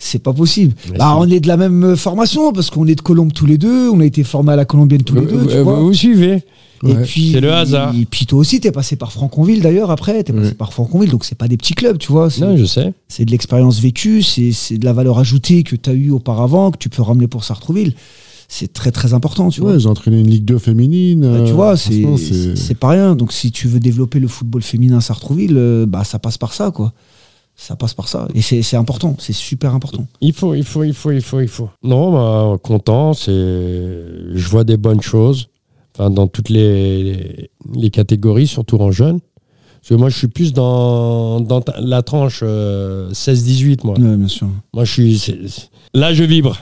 D: C'est pas possible.
B: Bien
D: Bah,
B: sûr.
D: on est de la même euh, formation parce qu'on est de Colombe tous les deux. On a été formés à la Colombienne tous les
B: Vous-
D: deux. tu
B: vous-
D: vois.
B: vous suivez
D: Et
C: Ouais.
D: puis,
B: C'est le hasard.
D: Et puis toi aussi, t'es passé par Franconville d'ailleurs. Après, t'es passé
B: Oui.
D: par Franconville, donc c'est pas des petits clubs, tu vois. C'est-
B: Non, je sais.
D: c'est de l'expérience vécue, c'est c'est de la valeur ajoutée que t'as eue auparavant, que tu peux ramener pour Sartrouville. C'est très très important, tu
C: Ouais,
D: vois.
C: ils ont entraîné une Ligue 2 féminine.
D: Bah, tu
C: euh,
D: vois, c'est
C: franchement,
D: c'est- c'est pas rien. Donc, si tu veux développer le football féminin à Sartrouville, euh, bah, ça passe par ça, quoi. Ça passe par ça. Et c'est c'est important, c'est super important.
B: Il faut, il faut, il faut, il faut, il faut. Non, bah, content, c'est. Je vois des bonnes choses, enfin, dans toutes les, les catégories, surtout en jeune. Parce que moi, je suis plus dans, dans ta- la tranche euh, 16-18, moi.
D: Ouais, bien sûr.
B: Moi, je suis. c'est- c'est- Là, je vibre.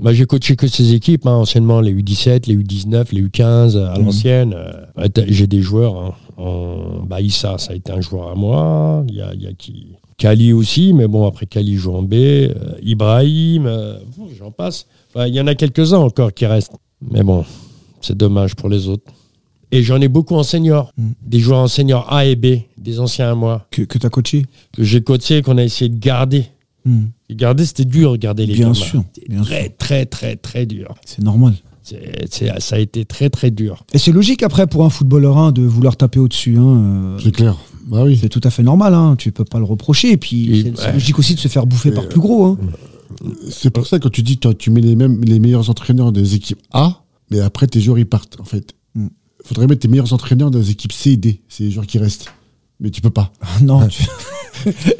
B: Bah, j'ai coaché que ces équipes, hein, anciennement les U17, les U19, les U15 à
D: Mhm.
B: l'ancienne. Euh, ouais, t'as- j'ai des joueurs. hein, en- bah, Issa, ça a été un joueur à moi. Il y a, il y a qui Kali aussi, mais bon, après Kali joue en B. euh, Ibrahim, euh, pff, j'en passe. Enfin, Il y en a quelques-uns encore qui restent. Mais bon, c'est dommage pour les autres. Et j'en ai beaucoup en senior.
D: Mhm.
B: Des joueurs en senior A et B, des anciens à moi,
D: Que, que tu as coaché
B: que j'ai coaché, qu'on a essayé de garder. Garder, c'était dur, garder les
D: Hmm. Bien
B: gamins.
D: sûr. Bien sûr.
B: Très, très, très, très dur.
D: C'est normal.
B: C'est- c'est- ça a été très, très dur.
D: Et c'est logique, après, pour un footballeur hein, de vouloir taper au-dessus. hein, euh,
C: c'est clair. Bah oui.
D: c'est tout à fait normal, hein, tu peux pas le reprocher. Et puis,
B: Et-
D: c'est- c'est
B: ouais.
D: logique aussi de se faire bouffer
C: Et,
D: par
C: euh,
D: plus gros. hein.
C: C'est pour ça que quand tu dis que tu mets les, mêmes, les meilleurs entraîneurs des équipes A, mais après tes joueurs ils partent en fait.
D: Mm.
C: Faudrait mettre tes meilleurs entraîneurs dans les équipes C et D, c'est les joueurs qui restent. Mais tu peux pas.
D: Non, tu-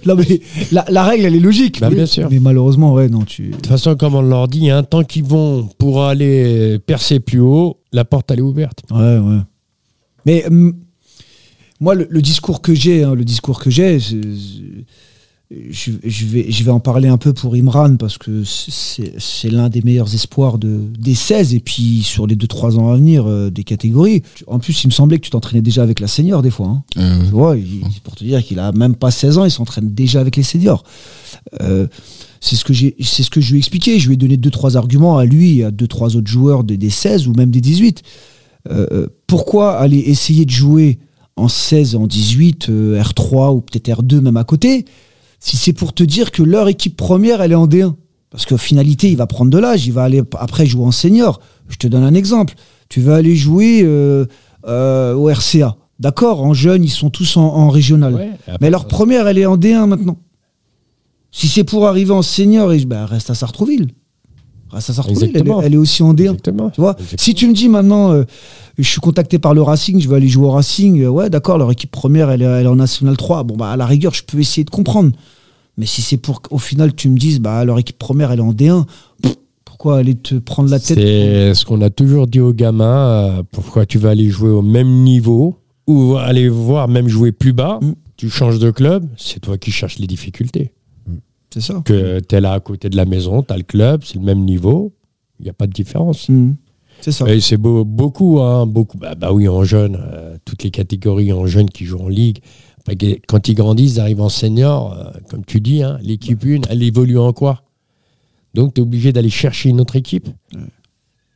D: Non, mais la, la règle, elle est logique.
B: Bah,
D: mais,
B: bien sûr.
D: mais malheureusement, ouais, non, tu.
B: De toute façon, comme on leur dit, hein, tant qu'ils vont pour aller percer plus haut, la porte, elle est ouverte.
D: Ouais, ouais. Mais hum, moi, le, le discours que j'ai, hein, le discours que j'ai, c'est- je, je vais, je vais en parler un peu pour Imran parce que c'est c'est l'un des meilleurs espoirs de, des 16 et puis sur les 2-3 ans à venir euh, des catégories. Tu- En plus, il me semblait que tu t'entraînais déjà avec la senior des fois. hein.
E: Euh,
D: Tu vois, il- pour te dire qu'il a même pas 16 ans, il s'entraîne déjà avec les seniors. Euh, c'est ce que j'ai, c'est ce que je lui ai expliqué. Je lui ai donné deux trois arguments à lui, et à deux trois autres joueurs des, des 16 ou même des 18. Euh, euh, pourquoi aller essayer de jouer en 16, en 18, euh, R3 ou peut-être R2 même à côté, si c'est pour te dire que leur équipe première elle est en D1 Parce qu'en finalité, il va prendre de l'âge, il va aller p- après jouer en senior. Je te donne un exemple. Tu vas aller jouer euh, euh, au RCA. D'accord, en jeune, ils sont tous en, en régional.
B: Ouais.
D: Ah, Mais leur première, elle est en D1 maintenant. Si c'est pour arriver en senior, et, bah, reste à Sartrouville. Reste à Sartrouville, elle est,
B: Exactement.
D: elle est aussi en D1.
B: Exactement.
D: Tu vois
B: Exactement.
D: Si tu me dis maintenant, euh, je suis contacté par le Racing, je vais aller jouer au Racing, euh, ouais, d'accord, leur équipe première, elle, est- elle est en National 3. Bon, bah, à la rigueur, je peux essayer de comprendre. Mais si c'est pour qu'au final, tu me dises, bah, leur équipe première, elle est en D1, pff, pourquoi aller te prendre la tête
B: C'est ce qu'on a toujours dit aux gamins. euh, pourquoi tu vas aller jouer au même niveau ou aller voir même jouer plus bas
D: Mm.
B: Tu changes de club, c'est toi qui cherches les difficultés.
D: C'est ça.
B: Que t'es là à côté de la maison, t'as le club, c'est le même niveau, il n'y a pas de différence.
D: Mhm. C'est ça.
B: Et c'est beau, beaucoup, hein, beaucoup. Bah, bah oui, en jeune, euh, toutes les catégories en jeunes qui jouent en ligue. Après, que- quand ils grandissent, ils arrivent en senior, euh, comme tu dis, hein, l'équipe une, elle évolue en quoi Donc, tu es obligé d'aller chercher une autre équipe.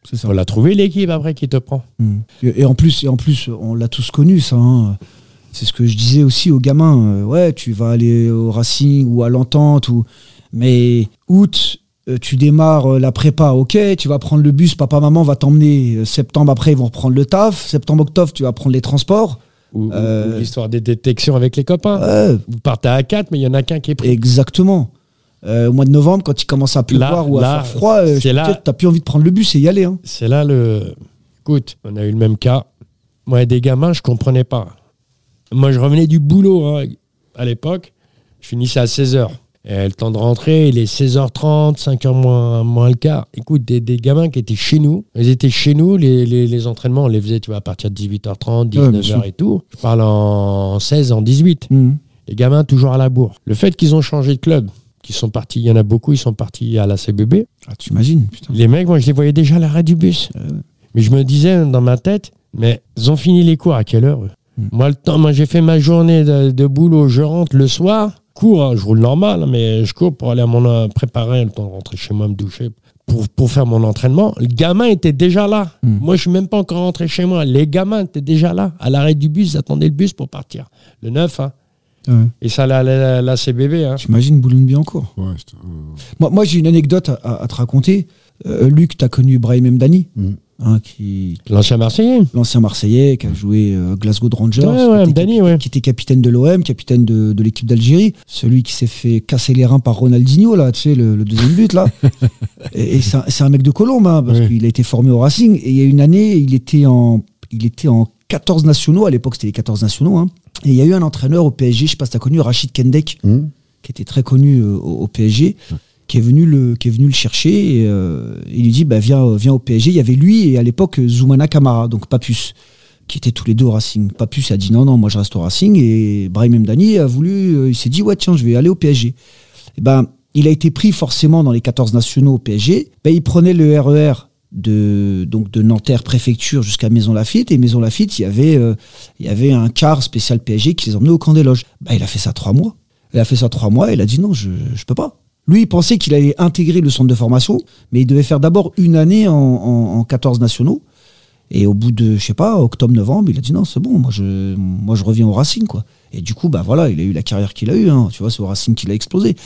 D: C'est ça.
B: On l'a trouvé l'équipe après qui te prend.
D: Mm. Et, et en plus, et en plus, on l'a tous connu ça. hein. C'est ce que je disais aussi aux gamins. euh, ouais, tu vas aller au Racing ou à l'Entente. Ou... Mais août, euh, tu démarres euh, la prépa, ok, tu vas prendre le bus, papa, maman va t'emmener. Euh, Septembre, après, ils vont reprendre le taf. Septembre, octobre, tu vas prendre les transports.
B: Ou, ou-
D: Euh,
B: ou l'histoire des détections avec les copains.
D: Ouais,
B: Vous partez à 4, mais il y en a qu'un qui est pris.
D: exactement. Euh, au mois de novembre, quand il commence à pleuvoir ou à
B: là,
D: faire froid, euh,
B: c'est
D: je peux
B: là-
D: te dire, t'as plus envie de prendre le bus et y aller. hein.
B: C'est là le. Écoute, on a eu le même cas. Moi, des gamins, je comprenais pas. Moi, je revenais du boulot hein, à l'époque. Je finissais à 16h. Et le temps de rentrer, il est 16h30, 5h moins, moins le quart. Écoute, des, des gamins qui étaient chez nous, ils étaient chez nous, les, les- les entraînements, on les faisait tu vois, à partir de 18h30,
D: Ouais, bien
B: 19h et tout. Je parle en 16, en 18.
D: Mm.
B: Les gamins toujours à la bourre. Le fait qu'ils ont changé de club, qu'ils sont partis, il y en a beaucoup, ils sont partis à la CBB.
D: Ah, tu imagines, putain.
B: Les mecs, moi, je les voyais déjà à l'arrêt du bus. Mais je me disais dans ma tête, mais ils ont fini les cours à quelle heure eux
D: Mm.
B: Moi, le temps, moi, j'ai fait ma journée de, de boulot, je rentre le soir, cours, hein, je roule normal, hein, mais je cours pour aller à mon euh, préparer, le temps de rentrer chez moi, me doucher, pour, pour faire mon entraînement. Le gamin était déjà là.
D: Mm.
B: Moi, je suis même pas encore rentré chez moi. Les gamins étaient déjà là. À l'arrêt du bus, ils attendaient le bus pour partir. Le 9, hein.
D: Ouais.
B: Et ça, la, la, la CBB, hein.
D: Tu imagines Boulogne-Billancourt.
C: Ouais, c'était un-
D: Moi, moi j'ai une anecdote à, à- à te raconter. Euh, Luc, tu as connu Brahim Mdani,
C: Mm.
D: hein, qui,
B: L'ancien Marseillais.
D: l'ancien Marseillais qui a joué euh, Glasgow de Rangers,
B: Ouais, ouais,
D: qui, était,
B: Mdani, ouais.
D: qui était capitaine de l'OM, capitaine de, de l'équipe d'Algérie, celui qui s'est fait casser les reins par Ronaldinho, là, tu sais, le, le deuxième but, là. et et c'est un- c'est un mec de Colombe, hein, parce
C: Ouais.
D: qu'il a été formé au Racing. Et il y a une année, il était en, il était en 14 nationaux, à l'époque c'était les 14 nationaux. hein. et il y a eu un entraîneur au PSG, je sais pas si tu as connu, Rachid Kendek,
C: Hum,
D: qui était très connu euh, au, au PSG, qui est venu le, qui est venu le chercher. Et, euh, il lui dit bah, viens, euh, viens au PSG. Il y avait lui et à l'époque euh, Zoumana Kamara, donc Papus, qui étaient tous les deux au Racing. Papus a dit non, non, moi je reste au Racing. Et Brahim Mdani a voulu, euh, il s'est dit ouais, tiens, je vais aller au PSG. Et ben, il a été pris forcément dans les 14 nationaux au PSG. Ben, il prenait le RER. De, donc de Nanterre préfecture jusqu'à Maison Lafitte et Maison Lafitte il y avait euh, il y avait un car spécial PSG qui les emmenait au camp des loges bah, il a fait ça trois mois il a fait ça trois mois, il a dit non, je ne peux pas. Lui, il pensait qu'il allait intégrer le centre de formation, mais il devait faire d'abord une année en, en- en 14 nationaux. Et au bout de, je sais pas, octobre-novembre, il a dit non, c'est bon, moi je, moi je reviens au Racing, quoi. Et du coup, bah voilà, il a eu la carrière qu'il a eue, hein. tu vois, c'est au Racing qu'il a explosé.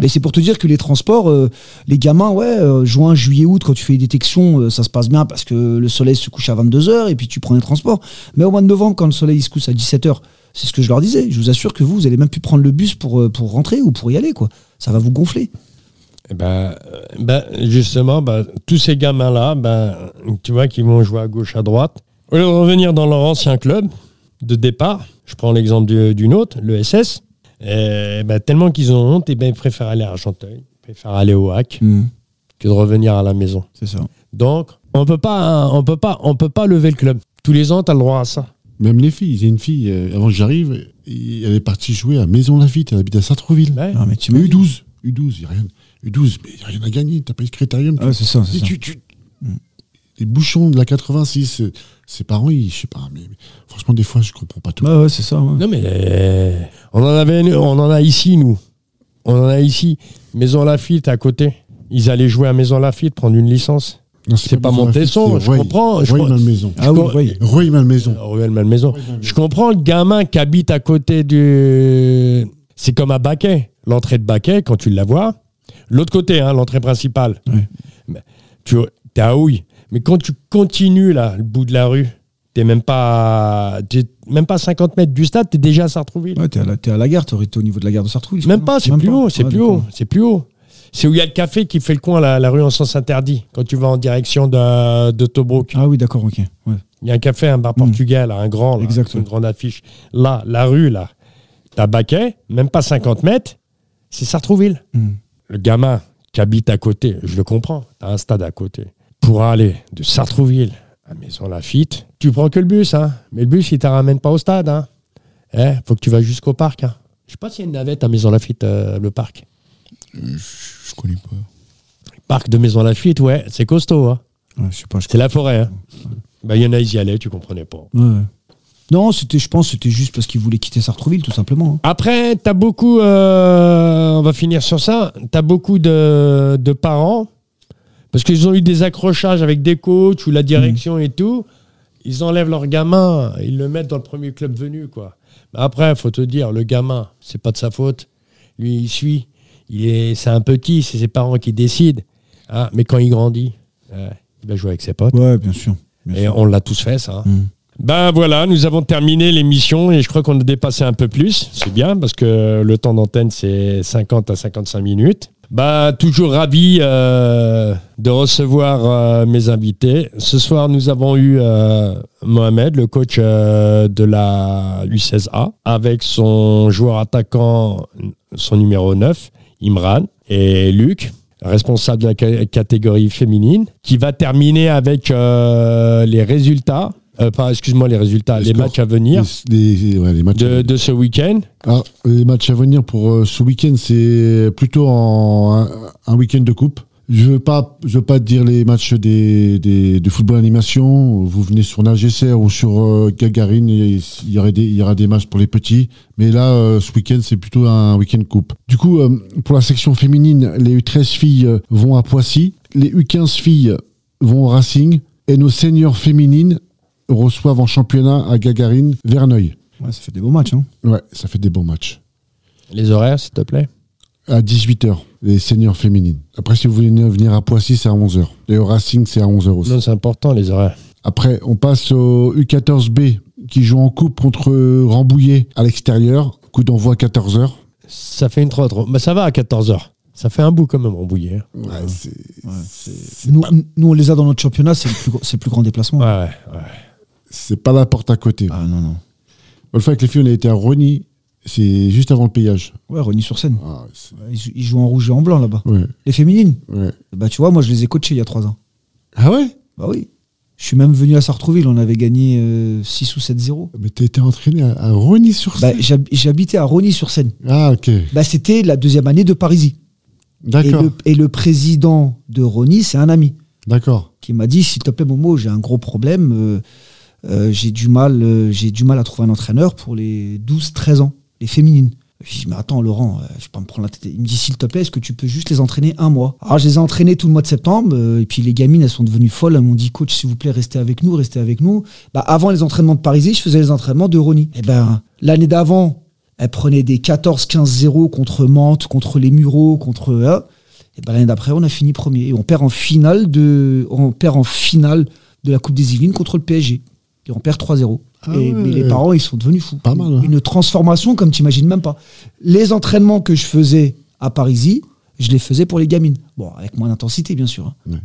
D: Mais c'est pour te dire que les transports, euh, les gamins, ouais, euh, juin, juillet, août, quand tu fais les détections, euh, ça se passe bien parce que le soleil se couche à 22h et puis tu prends les transports. Mais au mois de novembre, quand le soleil il se couche à 17h, c'est ce que je leur disais. Je vous assure que vous, vous allez même plus prendre le bus pour, euh, pour rentrer ou pour y aller, quoi. Ça va vous gonfler.
B: Eh Ben, euh, ben, justement, ben, tous ces gamins-là, ben, tu vois, qui vont jouer à gauche, à droite, au lieu de revenir dans leur ancien club de départ, je prends l'exemple du- d'une autre, le SS, eh ben, tellement qu'ils ont honte, et ben, ils préfèrent aller à Argenteuil, ils préfèrent aller au hack que de revenir à la maison.
D: Hmm. c'est ça.
B: Donc, on peut pas, hein, on peut pas, on peut pas lever le club. Tous les ans, tu as le droit à ça.
C: Même les filles, j'ai une fille, euh, avant que j'arrive, il- elle est partie jouer à Maison Lafitte, elle habite à Sartreville.
B: Ouais.
D: mais tu
C: Mais U12, U12, y a rien. U12, mais y a rien à gagner, t'as pas eu ce critérium. tu-
D: Ah c'est ça, Mm.
C: Et tu- tu- Les bouchons de la 86, euh, ses parents, ils, je sais pas, mais mais franchement, des fois, je comprends pas tout.
D: Bah ouais, c'est ça.
B: Non mais euh, on en avait, une- on en a ici nous. On en a ici. Maison Lafitte à côté. Ils allaient jouer à Maison Lafitte, prendre une licence.
C: Non,
B: c'est pas
C: Maison
B: monter
C: Lafitte,
B: son,
C: c'est
B: je
C: Rueil.
B: comprends, je
C: Rueil
B: comprends.
C: Malmaison.
D: Ah oui,
B: Je-
D: oui.
C: Rueil Malmaison.
B: Ruelle Malmaison.
C: Rueil Malmaison.
B: Je comprends le gamin qui habite à côté du. C'est comme à Baquet. L'entrée de Baquet, quand tu la vois. L'autre côté, hein, l'entrée principale.
D: Ouais.
B: Mais tu es à Houille. Mais quand tu continues là, le bout de la rue, t'es même pas, à- t'es même pas à 50 mètres du stade, t'es déjà à Sartrouville.
D: Ouais, t'es à, la- t'es à la gare, t'aurais été au niveau de la gare de Sartrouville. je
B: Même
D: crois,
B: pas,
D: non
B: c'est plus haut, c'est
D: Ouais,
B: plus
D: d'accord.
B: haut, c'est plus haut. C'est où il y a le café qui fait le coin, la, la rue en sens interdit, quand tu vas en direction de, de Tobruk.
D: Ah oui, d'accord, ok. Ouais.
B: Il y a un café, un bar
D: Mm.
B: portugais, là, un grand, là,
D: Exact,
B: une
D: ouais.
B: grande affiche. Là, la rue, là, t'as Baquet, même pas 50 mètres, c'est Sartrouville.
D: Mm.
B: Le gamin qui habite à côté, je le comprends, t'as un stade à côté. Pour aller de Sartrouville à Maison Lafitte, tu prends que le bus, hein. Mais le bus, il te ramène pas au stade, hein. Eh, faut que tu vas jusqu'au parc, hein. Je sais pas s'il y a une navette à Maison Lafitte, euh, le parc.
E: Euh, Je je connais pas.
B: Parc de Maison Lafitte, ouais, c'est costaud. hein.
D: Ouais, je sais pas, je
B: C'est la forêt. hein. Bah, Il y en a, ils y allaient, tu comprenais pas.
D: Ouais, ouais. Non, c'était, je pense, c'était juste parce qu'il voulait quitter Sartrouville, tout simplement. hein.
B: Après, t'as beaucoup, euh, on va finir sur ça, t'as beaucoup de, de parents, parce qu'ils ont eu des accrochages avec des coachs ou la direction et tout, ils enlèvent leur gamin, ils le mettent dans le premier club venu, quoi. Après, faut te dire, le gamin, c'est pas de sa faute. Lui, il suit. Il est, c'est un petit, c'est ses parents qui décident. Hein, mais quand il grandit, euh, il va jouer avec ses potes.
D: hein. Ouais, bien sûr. bien
B: Et
D: sûr.
B: on l'a tous fait, ça.
D: Mm.
B: Ben voilà, nous avons terminé l'émission et je crois qu'on a dépassé un peu plus. C'est bien parce que le temps d'antenne, c'est 50 à 55 minutes. Ben, toujours ravi euh, de recevoir euh, mes invités. Ce soir, nous avons eu euh, Mohamed, le coach euh, de la U16A, avec son joueur attaquant, son numéro 9, Imran, et Luc, responsable de la ca- catégorie féminine, qui va terminer avec euh, les résultats, euh, pas, excuse-moi, les résultats,
C: Le
B: les
C: score.
B: matchs à venir
C: Les, les- ouais, les matchs,
B: de, de ce week-end.
C: Ah, les matchs à venir pour euh, ce week-end, c'est plutôt en, un, un week-end de coupe. Je veux pas, je veux pas te dire les matchs des, des- de football animation. Vous venez sur Nagesser ou sur euh, Gagarine, il il y, aurait des, il y aura des matchs pour les petits. Mais là, euh, ce week-end, c'est plutôt un week-end coupe. Du coup, euh, pour la section féminine, les U13 filles euh, vont à Poissy, les U15 filles vont au Racing et nos seniors féminines reçoivent en championnat à Gagarine Verneuil.
D: Ouais, ça fait des beaux matchs. Hein.
C: Ouais, ça fait des bons matchs
B: Les horaires, s'il te plaît.
C: à 18h, les seniors féminines. Après, si vous voulez venir à Poissy, c'est à 11h. Et au Racing, c'est à 11h aussi.
B: Non, c'est important, les horaires.
C: Après, on passe au U14B qui joue en coupe contre euh, Rambouillet à l'extérieur. Coup d'envoi 14h.
B: Ça fait une trop trop. Ben, ça va à 14h. Ça fait un bout quand même, Rambouillet. hein.
C: Ouais, c'est-
D: Ouais.
C: c'est
D: Nous,
C: pas-
D: nous, on les a dans notre championnat, c'est le plus, gros- c'est le plus grand déplacement.
B: Ouais, ouais, ouais.
C: c'est pas, la porte à côté.
D: Ah non, non.
C: Une fois avec les filles, on a été à Rony. C'est juste avant le payage.
D: Ouais, Rony sur scène.
C: Ah, c'est-
D: Ouais, Ils, jou- ils jouent en rouge et en blanc là-bas.
C: ouais,
D: Les féminines
C: ouais.
D: Bah tu vois, moi je les ai coachées il y a trois ans.
C: Ah ouais
D: Bah oui. Je suis même venu à Sartrouville, on avait gagné euh, 6 ou 7-0.
C: Mais t'as été entraîné à, à Rony sur
D: Bah,
C: scène
D: j'hab- J'habitais à Rony sur scène.
C: Ah, ok.
D: Bah, C'était la deuxième année de Parisie. Et
C: D'accord.
D: le, et le président de Rony, c'est un ami.
C: D'accord.
D: qui m'a dit s'il te plaît Momo j'ai un gros problème euh, euh, j'ai du mal euh, j'ai du mal à trouver un entraîneur pour les 12 13 ans les féminines je dis mais attends Laurent euh, je vais pas me prendre la tête il me dit s'il te plaît est-ce que tu peux juste les entraîner un mois alors je les ai entraînées tout le mois de septembre euh, et puis les gamines elles sont devenues folles elles m'ont dit coach s'il vous plaît restez avec nous restez avec nous bah avant les entraînements de Parisie je faisais les entraînements de Ronnie et ben l'année d'avant elles prenaient des 14 15 0 contre Mantes contre les Mureaux contre euh, et ben, l'année d'après, on a fini premier. Et on perd en finale de, on perd en finale de la Coupe des Yvelines contre le PSG. Et on perd 3-0.
C: Ah
D: et mais
C: ouais.
D: les parents, ils sont devenus fous.
C: Pas mal, hein.
D: Une transformation comme tu imagines même pas. Les entraînements que je faisais à Parisie, je les faisais pour les gamines. Bon, avec moins d'intensité, bien sûr. hein. Donc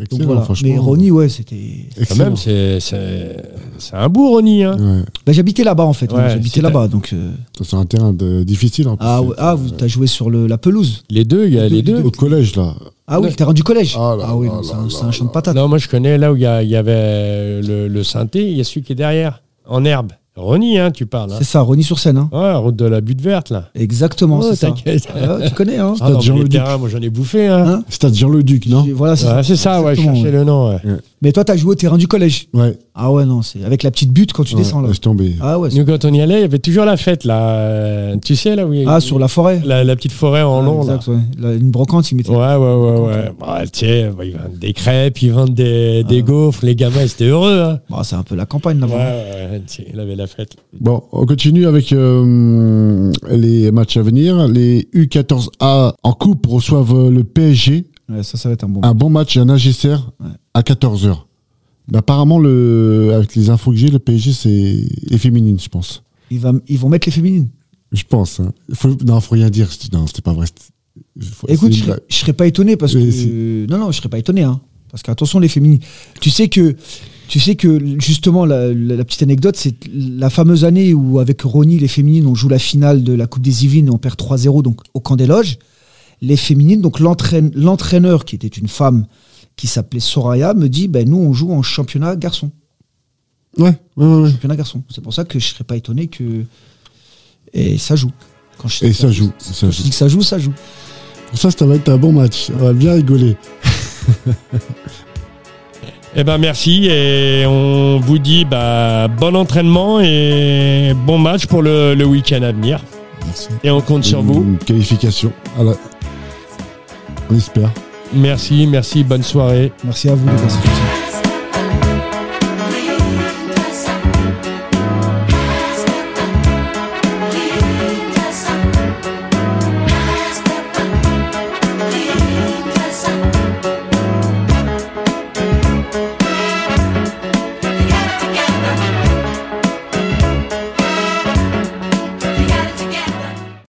C: Excellent,
D: voilà.
C: franchement. euh,
D: Mais Ronnie, ouais, c'était.
B: Quand
C: Excellent.
B: même, c'est c'est- c'est un bout, Ronnie. hein.
C: Ouais.
D: Bah, j'habitais là-bas, en fait.
B: Ouais,
D: Ouais, j'habitais
B: c'est-
D: là-bas. Donc, euh,
C: Ça, C'est un terrain de- difficile. en plus. Euh,
D: Ah, ouais, ah, vous, t'as joué sur le- la pelouse.
B: Les deux, il y a les deux.
C: Au collège, là.
D: Ah oui, le terrain du collège.
C: Ah là
D: ah oui,
C: là
D: non,
C: là
D: c'est un,
C: là
D: c'est un champ de
C: là.
D: patates.
B: Non, moi je connais là où il y, a- il y avait le, le synthé, il y a celui qui est derrière, en herbe. Ronnie, hein, tu parles. hein.
D: C'est ça, Ronnie sur scène. hein.
B: Ouais, route de la butte verte, là.
D: Exactement,
B: Oh,
D: c'est ça.
B: t'inquiète.
D: Ah, tu connais, hein
B: Ah, non, mais
C: Jean
B: les
C: Le Duc.
B: terrains, moi j'en ai bouffé. Hein.
D: Hein
C: Stade Jean-le-Duc, non
D: J'ai- Voilà, c'est
B: Ouais, c'est ça, ouais, je
D: Exactement,
B: cherchais le
D: ouais.
B: nom. ouais.
D: Mais toi, t'as joué au terrain du collège.
C: Ouais.
D: Ah ouais, non, c'est avec la petite butte quand tu
C: ouais,
D: descends là.
C: Laisse tomber.
D: Ah ouais. c'est-
B: Nous, quand on y allait, il y avait toujours la fête, là. euh, Tu sais, là où il y a
D: Ah, sur la forêt.
B: la, la petite forêt en
D: Ah,
B: long, là.
D: exact, ouais. Là, Une brocante, ils mettaient.
B: Ouais, ouais, ouais, ouais. Bah, tu sais, bah, ils vendent des crêpes, ils vendent des, des
D: Ah.
B: gaufres. Les gamins, ils étaient heureux. Hein.
D: Bah, c'est un peu la campagne
B: Ouais,
D: là-bas.
B: ouais, tu sais, il avait la fête.
C: Bon, on continue avec euh, les matchs à venir. Les U14A en coupe reçoivent euh, le PSG.
D: Ouais, ça, ça va être un bon.
C: Un bon match et un AGCR
D: Ouais.
C: à 14h. apparemment, le, avec les infos que j'ai, le PSG, c'est est féminine, je pense.
D: Ils, va- ils vont mettre les féminines.
C: Je pense. Hein. Faut, non, faut rien dire. C'est- Non, c'était pas vrai. C'est- faut- c'est
D: Écoute, je
C: une
D: serais,
C: blague.
D: je serais pas étonné parce que
C: Oui, si.
D: non, non, je serais pas étonné. Hein, parce qu'attention, les féminines. Tu sais que, tu sais que justement, la, la- la petite anecdote, c'est la fameuse année où avec Ronnie, les féminines, on joue la finale de la Coupe des Yvelines, on perd 3-0 donc au camp des loges. Les féminines, donc l'entraîne- l'entraîneur qui était une femme qui s'appelait Soraya me dit, ben nous on joue en championnat garçon,
C: Ouais, ouais, ouais, ouais.
D: championnat garçon. C'est pour ça que je serais pas étonné que et ça joue. Quand je
C: Et ça joue. Ça
D: Quand je
C: joue.
D: dis que ça joue, ça joue.
C: Pour ça, ça va être un bon match. On va bien rigoler.
B: Eh ben merci et on vous dit bah, bon entraînement et bon match pour le, le week-end à venir.
E: Merci.
B: Et on compte sur
C: Une
B: vous.
C: Qualification. À la- On espère.
B: Merci, merci, bonne soirée.
D: Merci à vous les gars.